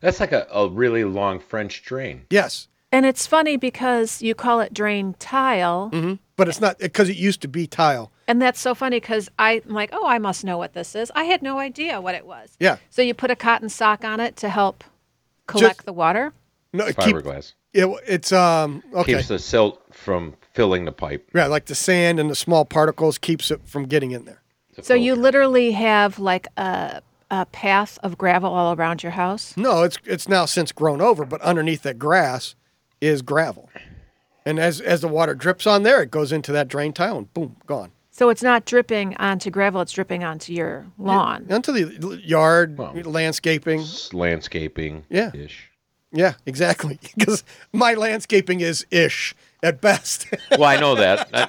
B: That's like a, a really long French drain.
A: Yes,
C: And it's funny because you call it drain tile,
A: hmm but it's not because it used to be tile.
C: and that's so funny because I'm like, oh, I must know what this is. I had no idea what it was.
A: Yeah,
C: So you put a cotton sock on it to help collect the water.
A: no, it keep,
B: Fiberglass
A: it, it's um okay,
B: keeps the silt from filling the pipe.
A: yeah, like the sand and the small particles keeps it from getting in there.
C: So you literally have like a a path of gravel all around your house.
A: No, it's it's now since grown over, but underneath that grass is gravel. And as as the water drips on there, it goes into that drain tile and boom, gone.
C: So it's not dripping onto gravel; it's dripping onto your lawn.
A: Onto the yard, landscaping.
B: Landscaping.
A: Yeah.
B: Ish.
A: Yeah, exactly. Because my landscaping is ish at best.
B: Well, I know that. I,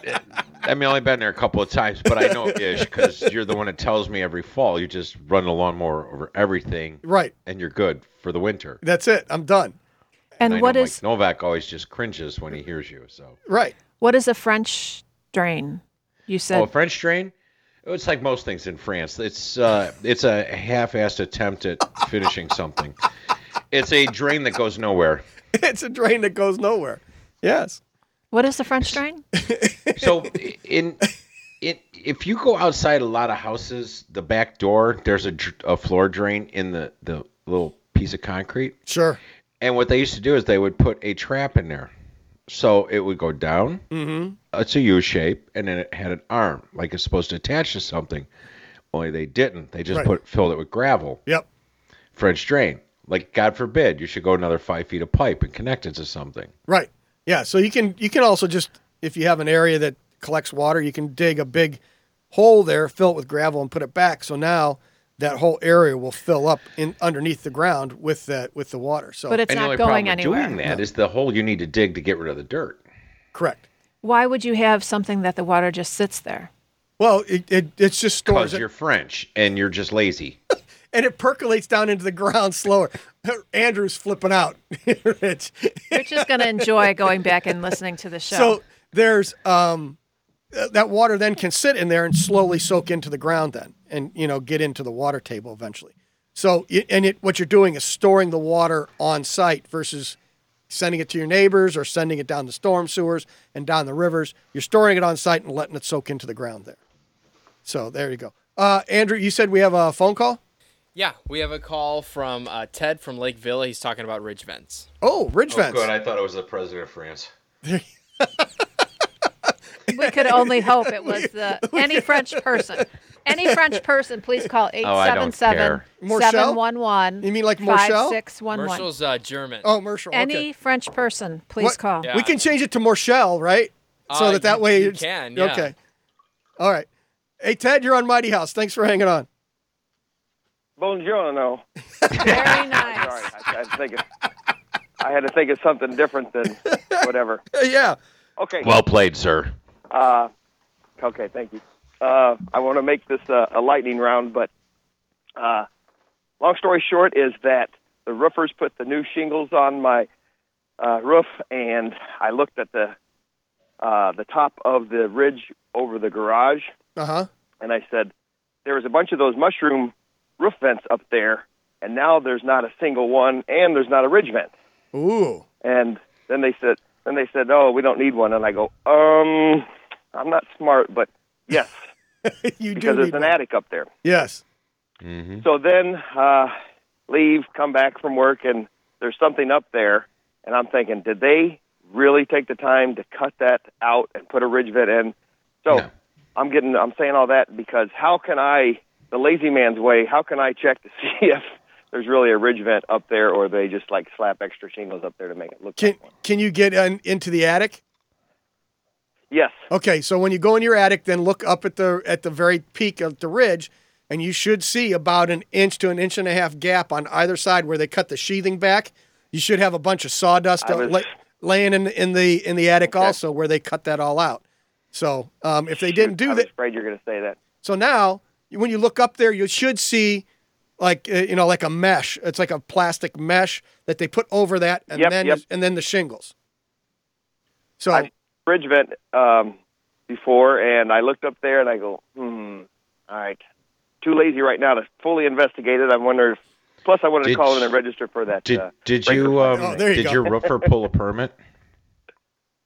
B: I mean, I've only been there a couple of times, but I know ish because you're the one that tells me every fall you just run the lawnmower over everything,
A: right.
B: and you're good for the winter.
A: That's it. I'm done.
B: I
C: And
B: know
C: what
B: Mike
C: is
B: Novak always just cringes when he hears you. So,
A: right?
C: What is a French drain? You said
B: oh, French drain. It's like most things in France. It's uh, it's a half-assed attempt at finishing something. It's a drain that goes nowhere.
A: It's a drain that goes nowhere. Yes.
C: what is the French drain?
B: So in it, if you go outside a lot of houses, the back door there's a, dr- a floor drain in the the little piece of concrete.
A: Sure.
B: And what they used to do is they would put a trap in there, so it would go down.
A: Mm-hmm.
B: It's a U shape, and then it had an arm like it's supposed to attach to something. Only they didn't. They just
A: Right.
B: put filled it with gravel.
A: Yep.
B: French drain. Like God forbid, you should go another five feet of pipe and connect it to something.
A: Right. Yeah. So you can you can also just if you have an area that collects water, you can dig a big hole there, fill it with gravel, and put it back. So now that whole area will fill up in underneath the ground with that with the water. So,
C: But it's
B: and the
C: not
B: only
C: going
B: problem with
C: anywhere.
B: doing that is the hole you need to dig to get rid of the dirt.
A: correct.
C: Why would you have something that the water just sits there?
A: Well, it, it it's just
B: Because
A: stores it,
B: you're French and you're just lazy.
A: and it percolates down into the ground slower. Andrew's flipping out. Rich.
C: You're just going to enjoy going back and listening to the show.
A: So there's um, th- that water then can sit in there and slowly soak into the ground then, and you know get into the water table eventually. So y- and it, what you're doing is storing the water on site versus sending it to your neighbors or sending it down the storm sewers and down the rivers. You're storing it on site and letting it soak into the ground there. So there you go. Uh, Andrew, you said we have a phone call.
J: Yeah, we have a call from uh, Ted from Lake Villa. He's talking about ridge vents.
A: Oh, ridge vents.
B: I thought it was the president of France.
C: we could only hope it was the any French person. Any French person, please call
B: Oh, I don't
C: 877
B: care.
A: Marcel?
C: 711
A: You mean like Marcel?
C: 5611.
J: Marshall's uh, German.
A: Oh, Marshall.
C: Any
A: okay.
C: French person, please
A: What-
C: call.
A: We can change it to Morshell, right? So
J: Uh,
A: that that
J: you-
A: way
J: you
A: it's-
J: can, yeah.
A: Okay. All right. Hey Ted, you're on Mighty House. Thanks for hanging on.
T: Buongiorno.
C: Very nice.
T: Sorry, I had to think of, I had to think of something different than whatever.
A: yeah.
T: Okay.
B: Well played, sir.
T: Uh, okay, thank you. Uh, I want to make this uh, a lightning round, but uh, long story short is that the roofers put the new shingles on my uh, roof, and I looked at the uh, the top of the ridge over the garage,
A: Uh huh.
T: and I said, there was a bunch of those mushroom roof vents up there, and now there's not a single one, and there's not a ridge vent.
A: Ooh.
T: And then they said, then they said, oh, we don't need one. And I go, um, I'm not smart, but yes, because
A: you
T: Mm-hmm.
A: do
T: there's
A: need
T: an
A: one.
T: attic up there.
A: Yes.
T: So then uh, leave, come back from work, and there's something up there, and I'm thinking, did they really take the time to cut that out and put a ridge vent in? So I'm getting, I'm saying all that because how can I, the lazy man's way, how can I check to see if there's really a ridge vent up there, or they just like slap extra shingles up there to make it look?
A: Can can you get in, into the attic?
T: Yes.
A: Okay, so when you go in your attic, then look up at the at the very peak of the ridge, and you should see about an inch to an inch and a half gap on either side where they cut the sheathing back. You should have a bunch of sawdust
T: I was-
A: la- laying in in the in the attic also where they cut that all out. So um, if they didn't do
T: I
A: that,
T: was afraid you're going to say that.
A: So now, when you look up there, you should see like uh, you know like a mesh. It's like a plastic mesh that they put over that, and
T: Yep,
A: then
T: yep.
A: and then the shingles. So
T: Ridge vent um, before, and I looked up there, and I go, hmm, all right. Too lazy right now to fully investigate it. I wonder if. Plus, I wanted to
B: Did
T: call in
B: you-
T: and register for that.
B: Did
T: uh,
B: did you um,
A: Oh, there you
B: did
A: go.
B: your roofer pull a permit?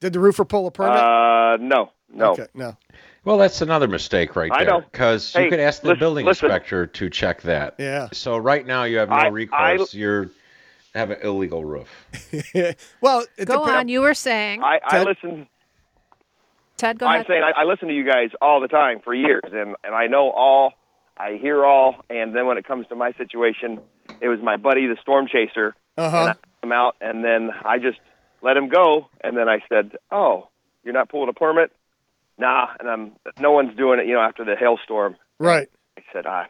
A: did the roofer pull a permit?
T: Uh, no, no.
A: Okay, no.
B: Well, that's another mistake right
T: I
B: there
T: know.
B: because
T: Hey,
B: you could ask the
T: listen-
B: building
T: listen.
B: inspector to check that.
A: Yeah.
B: So right now you have no
T: I- I-
B: recourse. You're have an illegal roof.
A: Well, it
C: Go
A: depends-
C: on. You were saying.
T: I, I listen.
C: Ted, go
T: I'm
C: ahead.
T: saying I, I listen to you guys all the time for years, and and I know all, I hear all, and then when it comes to my situation, it was my buddy, the storm chaser,
A: Uh huh.
T: him out, and then I just let him go. And then I said, "Oh, you're not pulling a permit? Nah." And I'm no one's doing it, you know, after the hailstorm.
A: Right.
T: I said, "Ah,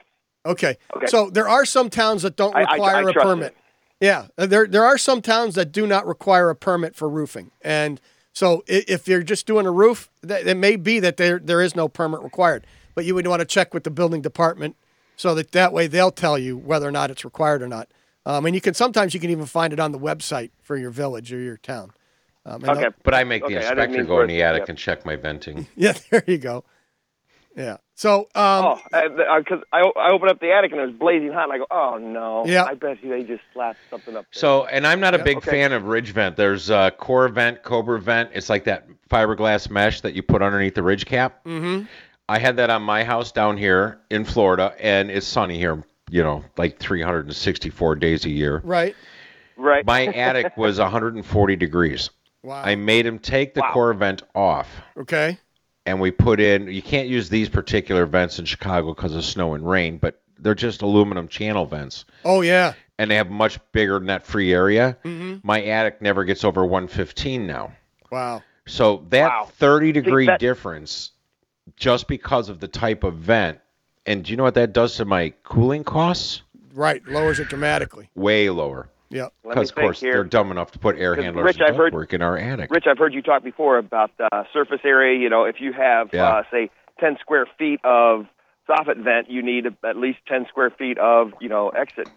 A: Okay.
T: Okay.
A: So there are some towns that don't
T: I- I-
A: require
T: I
A: a
T: trust
A: permit. Yeah, uh, there there are some towns that do not require a permit for roofing, and so i- if you're just doing a roof, that it may be that there there is no permit required. But you would want to check with the building department so that that way they'll tell you whether or not it's required or not. Um, and you can sometimes you can even find it on the website for your village or your town. Um, and they'll-
B: But I make
A: Okay,
B: the
A: I didn't
B: inspector
A: mean
B: go in
A: for it-
B: the attic
A: yeah.
B: and check my venting.
A: Yeah, there you go. Yeah. So um,
T: oh, because I, I opened up the attic and it was blazing hot. And I go, "Oh no,
A: Yeah.
T: I bet you they just slapped something up."
B: So, and I'm not a
T: Yeah,
B: big
T: okay.
B: fan of ridge vent. There's uh, core vent, cobra vent. It's like that fiberglass mesh that you put underneath the ridge cap.
A: Mm-hmm.
B: I had that on my house down here in Florida, and it's sunny here, you know, like 364 days a year.
A: Right.
T: Right.
B: My attic was 140 degrees.
A: Wow.
B: I made him take the core vent off,
A: okay.
B: and we put in. You can't use these particular vents in Chicago because of snow and rain, but they're just aluminum channel vents,
A: Oh yeah.
B: and they have much bigger net free area.
A: hmm
B: My attic never gets over 115 now.
A: Wow.
B: So that 30 degree
A: that-
B: difference, just because of the type of vent, And do you know what that does to my cooling costs?
A: Right, lowers it dramatically.
B: Way lower.
A: Yep.
T: Let me
B: Because of
T: think
B: course
T: here.
B: they're dumb enough to put air
T: 'Cause
B: handlers
T: Rich,
B: and
T: I've heard-
B: ductwork in our attic.
T: Rich, I've heard you talk before about uh, surface area. You know, if you have,
B: Yeah.
T: uh, say, 10 square feet of soffit vent, you need at least 10 square feet of, you know, exit.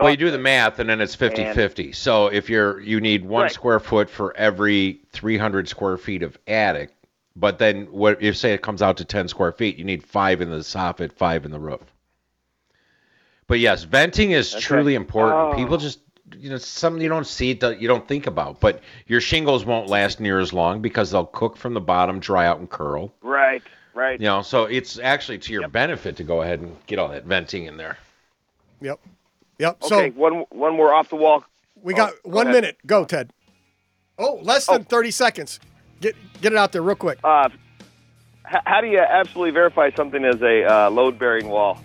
B: Well, you do the math, and then it's
T: And-
B: 50-50. So if you're you need one square foot for every three hundred square feet of attic, but then what if say it comes out to ten square feet, you need five in the soffit, five in the roof. But yes, venting is truly important.
T: Oh.
B: People just you know something you don't see that you don't think about, but your shingles won't last near as long because they'll cook from the bottom, dry out, and curl.
T: Right, right.
B: You know, so it's actually to your benefit to go ahead and get all that venting in there.
A: Yep. Yep.
T: Okay, one, one more off the wall.
A: We got
T: Oh,
A: one
T: go ahead.
A: minute. Go, Ted. Oh, less than 30 seconds. Get get it out there real quick.
T: Uh, h- how do you absolutely verify something is a uh, load bearing wall?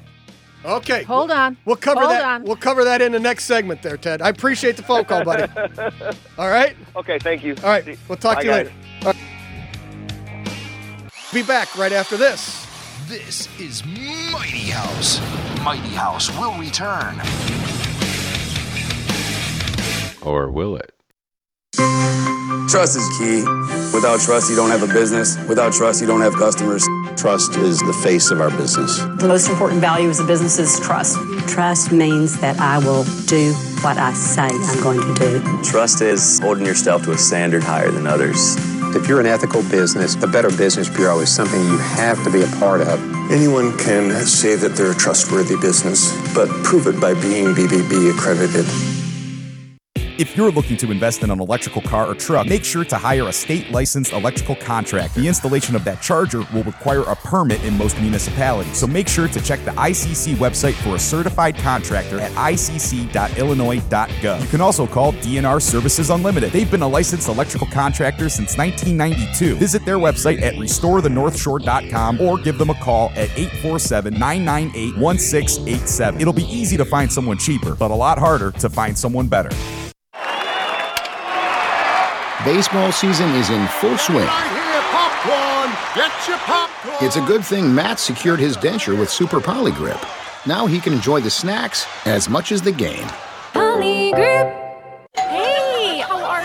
A: Okay. Hold on. We'll cover
T: Hold
A: that. We'll cover that in the next segment there, Ted. I appreciate the phone call, buddy. All right?
T: Okay, thank you.
A: All right. We'll talk
T: Bye,
A: to you
T: guys.
A: later. All right. Be back right after this.
M: This is Mighty House. Mighty House will return.
B: Or will it?
F: Trust is key. Without trust, you don't have a business. Without trust, you don't have customers. Trust is the face of our business.
U: The most important value as a business is trust. Trust means that I will do what I say I'm going to do.
G: Trust is holding yourself to a standard higher than others.
O: If you're an ethical business, the Better Business Bureau is something you have to be a part of.
G: Anyone can say that they're a trustworthy business, but prove it by being BBB accredited.
L: If you're looking to invest in an electrical car or truck, make sure to hire a state licensed electrical contractor. The installation of that charger will require a permit in most municipalities, so make sure to check the ICC website for a certified contractor at icc.illinois.gov. You can also call DNR Services Unlimited. They've been a licensed electrical contractor since 1992. Visit their website at restorethenorthshore.com or give them a call at 847 998 1687. It'll be easy to find someone cheaper, but a lot harder to find someone better.
O: Baseball season is in full swing.
R: popcorn. Get your popcorn.
O: It's a good thing Matt secured his denture with Super Poly Grip. Now he can enjoy the snacks as much as the game.
V: Hey, how are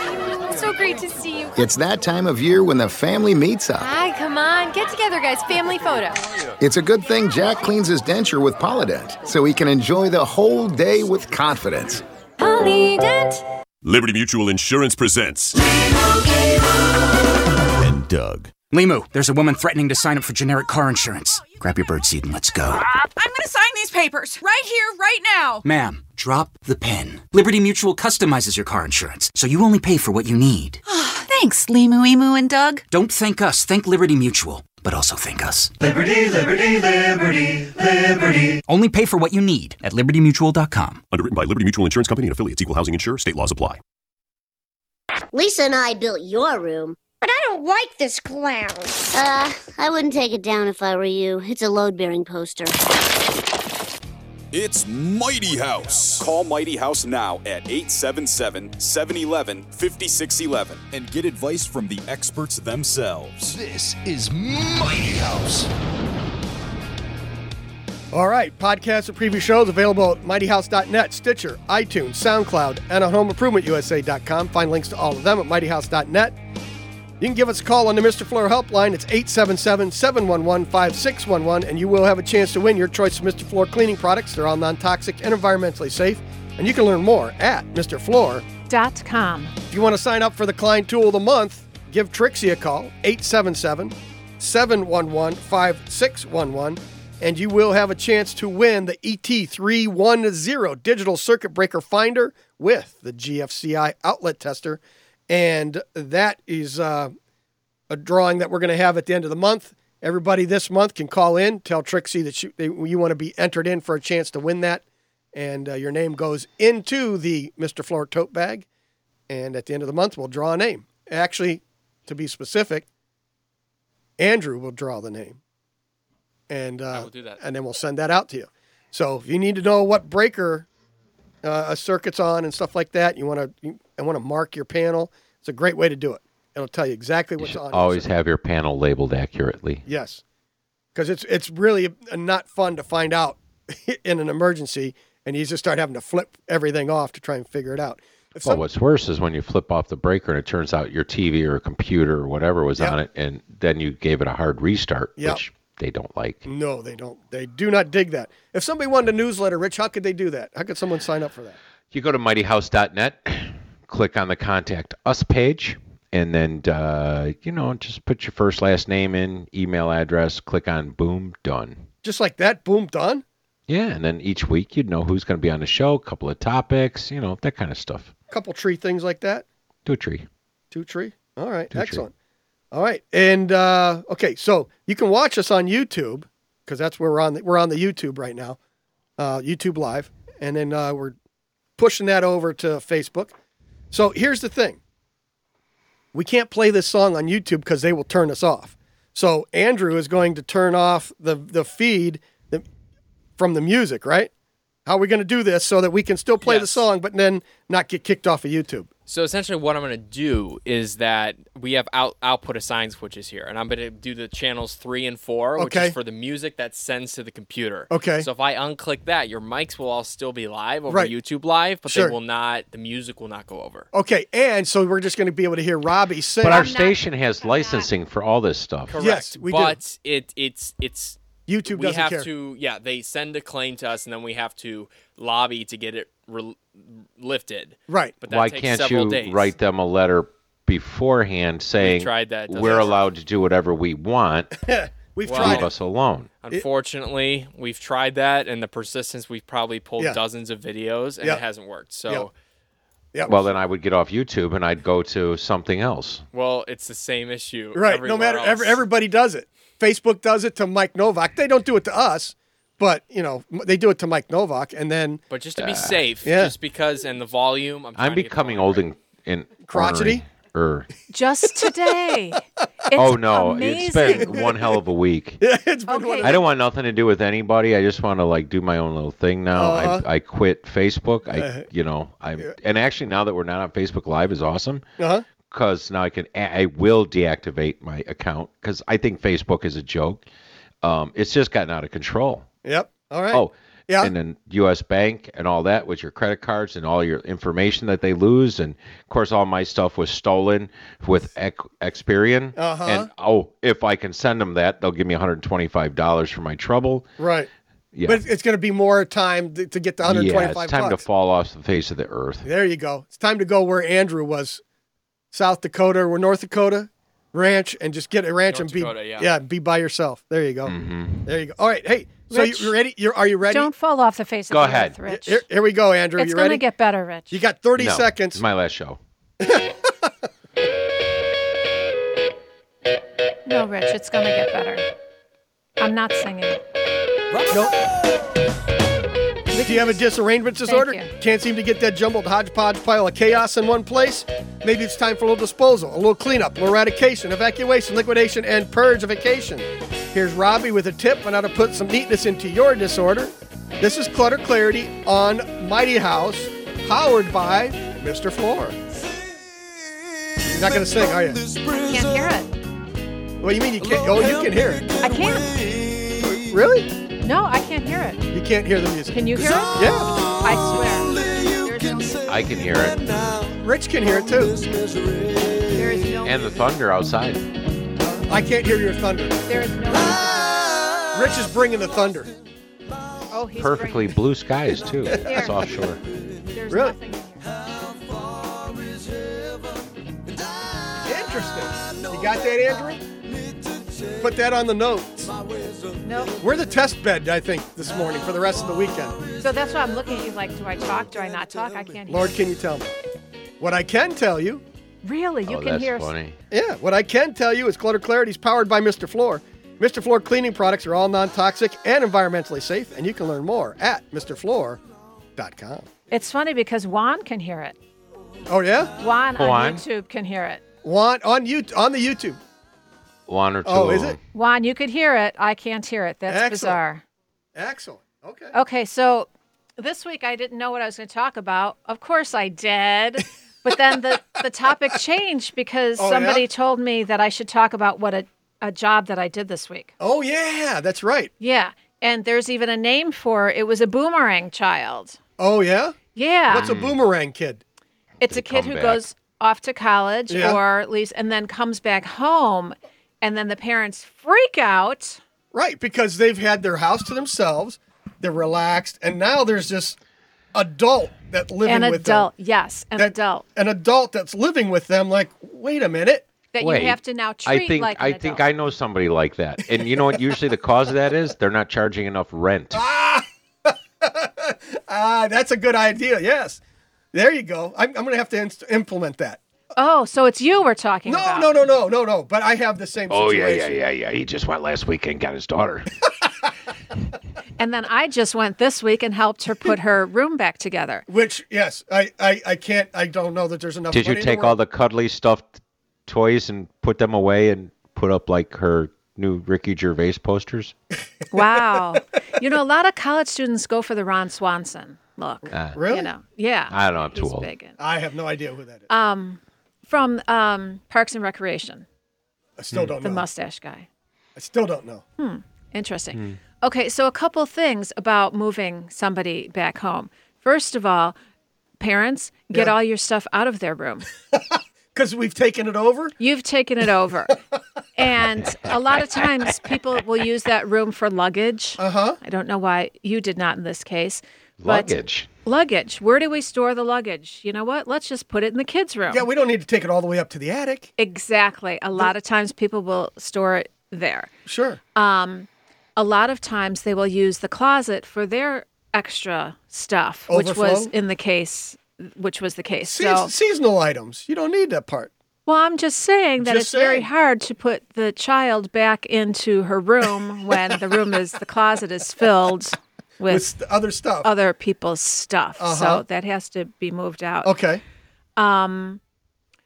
V: you? So great to see you.
O: It's that time of year when the family meets up.
V: Hi, come on. Get together, guys. Family photo.
O: It's a good thing Jack cleans his denture with Polydent so he can enjoy the whole day with confidence.
V: Polydent.
P: Liberty Mutual Insurance presents
Q: And Doug. Limu, there's a woman threatening to sign up for generic car insurance. Grab your birdseed and let's go.
W: I'm going to sign these papers right here, right now.
Q: Ma'am, drop the pen. Liberty Mutual customizes your car insurance, so you only pay for what you need.
W: Thanks, Limu, Emu, and Doug.
Q: Don't thank us, thank Liberty Mutual, but also thank us.
M: Liberty, liberty, liberty, liberty.
Q: Only pay for what you need at libertymutual.com.
P: Underwritten by Liberty Mutual Insurance Company and affiliates. Equal housing insurer. State laws apply.
X: Lisa and I built your room. But I don't like this clown. Uh, I wouldn't take it down if I were you. It's a load bearing poster.
K: It's Mighty House. Call Mighty House now at 877 711 5611 and get advice from the experts themselves.
M: This is Mighty House.
A: All right, podcasts and preview shows available at mightyhouse.net, Stitcher, iTunes, SoundCloud, and on homeimprovementusa.com. Find links to all of them at mightyhouse.net. You can give us a call on the Mr. Fleur helpline. It's 877 711 5611, and you will have a chance to win your choice of Mr. Floor cleaning products. They're all non toxic and environmentally safe. And you can learn more at MrFloor.com. If you want to sign up for the Klein Tool of the Month, give Trixie a call, 877 711 5611, and you will have a chance to win the E ET310 digital circuit breaker finder with the GFCI outlet tester. And that is. Uh, a drawing that we're going to have at the end of the month. Everybody this month can call in, tell Trixie that you, they, you want to be entered in for a chance to win that, and uh, your name goes into the Mr. Floor tote bag. And at the end of the month, we'll draw a name. Actually, to be specific, Andrew will draw the name, and uh,
J: will do that.
A: and then we'll send that out to you. So if you need to know what breaker uh, a circuit's on and stuff like that, you want to you, and want to mark your panel. It's a great way to do it. It'll tell you exactly what's on.
B: Always have your panel labeled accurately.
A: Yes. because it's it's really not fun to find out in an emergency, and you just start having to flip everything off to try and figure it out. If
B: Well,
A: some-
B: what's worse is when you flip off the breaker and it turns out your TV or computer or whatever was on it, and then you gave it a hard restart,
A: Yeah.
B: which they don't like.
A: no, they don't. They do not dig that. If somebody wanted a newsletter, Rich, how could they do that? How could someone sign up for that?
B: You go to mightyhouse.net, click on the contact us page, and then, uh, you know, just put your first, last name in, email address, click on boom, done.
A: Just like that, boom, done.
B: Yeah, and then each week you'd know who's going to be on the show, a couple of topics, you know, that kind of stuff.
A: Couple tree things like that.
B: Do a tree.
A: Two tree. All right,
B: Two tree.
A: excellent. All right, and uh, okay, so you can watch us on YouTube because that's where we're on. The, we're on the YouTube right now, uh, YouTube Live, and then uh, we're pushing that over to Facebook. So here's the thing: we can't play this song on YouTube because they will turn us off. So Andrew is going to turn off the the feed that- from the music, right? How are we going to do this so that we can still play the song, but then not get kicked off of YouTube?
J: So essentially, what I'm going to do is that we have out, output assigned switches here, and I'm going to do the channels three and four, which
A: Okay.
J: is for the music that sends to the computer.
A: Okay.
J: So if I unclick that, your mics will all still be live over
A: Right.
J: YouTube Live, but
A: Sure.
J: they will not. The music will not go over.
A: Okay, and so we're just going to be able to hear Robbie sing.
B: But our station has licensing for all this stuff.
J: Correct.
A: Yes, we do.
J: but it it's it's
A: YouTube
J: We
A: doesn't
J: have
A: care.
J: to yeah. They send a claim to us, and then we have to lobby to get it re- lifted.
A: Right.
J: But that
B: Why
J: takes
B: can't
J: several
B: you
J: days.
B: write them a letter beforehand saying
J: tried that, it doesn't
B: we're
J: work."
B: allowed to do whatever we want?
A: We've
J: Well-
B: Leave us alone.
J: Unfortunately, we've tried that, and the persistence we've probably pulled
A: Yeah.
J: dozens of videos, and
A: Yeah.
J: it hasn't worked. So,
A: Yeah.
B: Well, then I would get off YouTube and I'd go to something else.
J: well, it's the same issue.
A: Right. No matter every, everybody does it. Facebook does it to Mike Novak. They don't do it to us, but you know m- they do it to Mike Novak, and then.
J: But just to
B: Ah.
A: Uh,
J: be safe,
A: yeah.
J: just because and the volume, I'm,
B: I'm becoming old and, and
A: Crotchety?
B: ornery, er.
C: Just today. It's
B: oh no, it's
C: amazing.
B: been one hell of a week.
A: it's
C: been okay.
B: I don't want nothing to do with anybody. I just want to like do my own little thing now.
A: Uh-huh.
B: I, I quit Facebook. I
A: Uh-huh.
B: you know I am and actually now that we're not on Facebook Live is awesome.
A: Uh-huh.
B: because now I can I will deactivate my account because I think Facebook is a joke. Um, it's just gotten out of control.
A: Yep. All right.
B: Oh,
A: Yeah.
B: And then U.S. Bank and all that with your credit cards and all your information that they lose, and of course all my stuff was stolen with Ex- Experian.
A: Uh-huh.
B: And oh, if I can send them that, they'll give me 125 dollars for my trouble.
A: Right.
B: Yeah.
A: But it's going to be more time to, to get to 125
B: yeah, it's time
A: bucks.
B: to fall off the face of the earth.
A: There you go. It's time to go where Andrew was, South Dakota or North Dakota, ranch, and just get a ranch and be
J: Dakota, yeah.
A: be by yourself. There you go.
B: Mhm.
A: There you go. All right. Hey, so
C: Rich,
A: you ready? You're, are you ready?
C: Don't fall off the face
B: Go
C: of the
B: ahead.
C: earth, Rich.
A: Here, here we go, Andrew.
C: it's
A: you
C: going
A: ready?
C: to get better, Rich.
A: you got 30
B: No,
A: seconds.
B: It's my last show.
C: No, Rich, it's going to get better. I'm not singing.
A: Do you have a disarrangement disorder?
C: you.
A: Can't seem to get that jumbled hodgepodge pile of chaos in one place? Maybe it's time for a little disposal, a little cleanup, a little eradication, evacuation, liquidation, and purgification. Here's Robbie with a tip on how to put some neatness into your disorder. This is Clutter Clarity on Mighty House, powered by Mr. Floor. You're not going to sing, are you?
W: I can't hear it.
A: Well, you mean you can't? Oh, you can hear it.
C: I can't.
A: Really?
C: No, I can't hear it.
A: You can't hear the music.
C: Can you hear it?
A: Yeah.
C: I swear.
B: I can hear it
A: Rich can hear it too.
C: There is no.
B: and the thunder outside.
A: I can't hear your thunder.
C: There is no.
A: Rich is bringing the thunder.
C: Oh, he's
B: Perfectly blue skies too.
C: There.
B: It's offshore.
C: Bringing, there's
A: Really?
C: nothing in here.
A: Interesting. You got that, Andrew? Put that on the notes.
C: No.
A: We're the test bed, I think, this morning for the rest of the weekend.
C: So that's why I'm looking at you like, do I talk? Do I not talk? I can't hear.
A: Lord, can you tell me? What I can tell you,
C: Really? You
B: oh,
C: can
B: that's
C: hear.
B: funny.
A: yeah, what I can tell you is Clutter Clarity is powered by Mr. Floor. Mr. Floor cleaning products are all non toxic and environmentally safe, and you can learn more at MrFloor.com.
C: It's funny because Juan can hear it.
A: Oh, yeah?
C: Juan
B: Juan?
C: on YouTube can hear it.
A: Want on, you, on the YouTube.
B: One or two.
A: Oh, is
B: of
A: it?
B: 'em.
C: Juan, you could hear it. I can't hear it. That's
A: Excellent.
C: bizarre.
A: Excellent. Okay.
C: Okay, so this week I didn't know what I was going to talk about. Of course I did. But then the, the topic changed because
A: Oh, yeah?
C: somebody told me that I should talk about what a a job that I did this week.
A: Oh yeah, that's right.
C: Yeah, and there's even a name for it. It was a boomerang child.
A: Oh yeah.
C: Yeah.
A: What's a boomerang kid?
C: It's a kid
A: come
C: who
A: back.
C: goes off to college
A: Yeah.
C: or leaves and then comes back home, and then the parents freak out.
A: Right, because they've had their house to themselves, they're relaxed, and now there's this adult that living
C: an
A: with
C: adult,
A: them.
C: yes, an
A: That-
C: adult
A: An adult that's living with them, like, wait a minute.
C: that
B: Wait,
C: you have to now treat
B: I think
C: like an
B: I
C: adult.
B: think I know somebody like that, and you know what? Usually, the cause of that is they're not charging enough rent.
A: Ah, that's a good idea. Yes. There you go. I'm, I'm going to have to inst- implement that.
C: Oh, so it's you we're talking
A: no, No, no, no, no, no, no. But I have the same
B: Oh yeah,
A: situation.
B: yeah, yeah, yeah. He just went last week and got his daughter.
C: And then I just went this week and helped her put her room back together.
A: Which, yes, I, I, I can't, I don't know that there's enough.
B: Did you
A: money in the
B: take
A: world.
B: all the cuddly stuffed toys and put them away and put up like her new Ricky Gervais posters?
C: Wow. you know, a lot of college students go for the Ron Swanson look.
B: Ah.
A: Really?
C: You know, yeah.
B: I don't know. I'm too
C: He's
B: old.
C: big.
A: I have no idea who that is.
C: Um, from um, Parks and Recreation.
A: I still
B: Hmm.
A: don't
C: The
A: know.
C: mustache guy.
A: I still don't know.
C: Hmm. Interesting. Okay, so a couple things about moving somebody back home. First of all, parents, get
A: Yeah.
C: all your stuff out of their room.
A: Because we've taken it over.
C: You've taken it over. and a lot of times people will use that room for luggage. Uh-huh. I don't know why you did not in this case. but-
B: Luggage.
C: Luggage. Where do we store the luggage? You know what? Let's just put it in the kids' room.
A: Yeah, we don't need to take it all the way up to the attic.
C: Exactly. A lot of times people will store it there.
A: Sure.
C: Um, a lot of times they will use the closet for their extra stuff, which was
A: Overflow?
C: in the case, which was the case.
A: Seas-
C: so,
A: seasonal items. You don't need that part.
C: well, I'm just saying that
A: Just
C: it's very hard to put the child back into her room when the room is the closet is filled with,
A: With the other stuff.
C: other people's stuff.
A: Uh-huh.
C: So that has to be moved out.
A: Okay.
C: Um,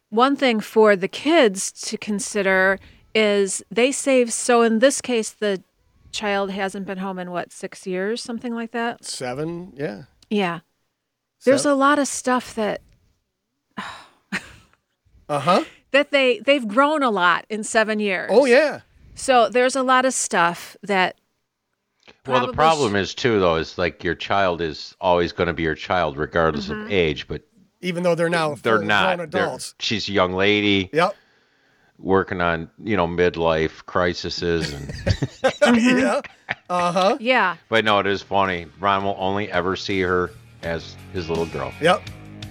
C: one thing for the kids to consider is they save. So in this case, the child hasn't been home in what six years, something like that.
A: Seven. Yeah.
C: Yeah. There's a
A: So-
C: lot of stuff that
A: Uh huh.
C: that they they've grown a lot in 7 years.
A: Oh, yeah.
C: So there's a lot of stuff that
B: Well,
C: probably
B: the
C: sh-
B: problem is too, though, is like your child is always going to be your child regardless
C: Mhm.
B: of age, but
A: Even though they're now
B: they're
A: full
B: not.
A: grown
B: They're-
A: adults.
B: she's a young lady.
A: Yep.
B: Working on you know midlife crises and
A: yeah. Uh huh.
C: Yeah.
B: but no, it is funny. Ron will only ever see her as his little girl.
A: Yep.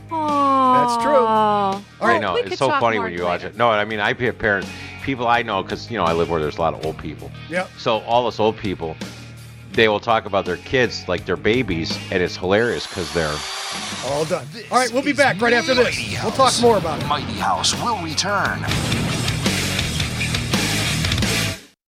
C: That's
A: true.
C: All
B: I know it's so funny when you watch it. No, I mean I have parents, people I know, because you know I live where there's a lot of old people.
A: Yep.
B: So all us old people, they will talk about their kids like they're babies, and it's hilarious because they're
A: All done. All right, we'll be back right after this. We'll talk more about it.
M: Mighty House will return.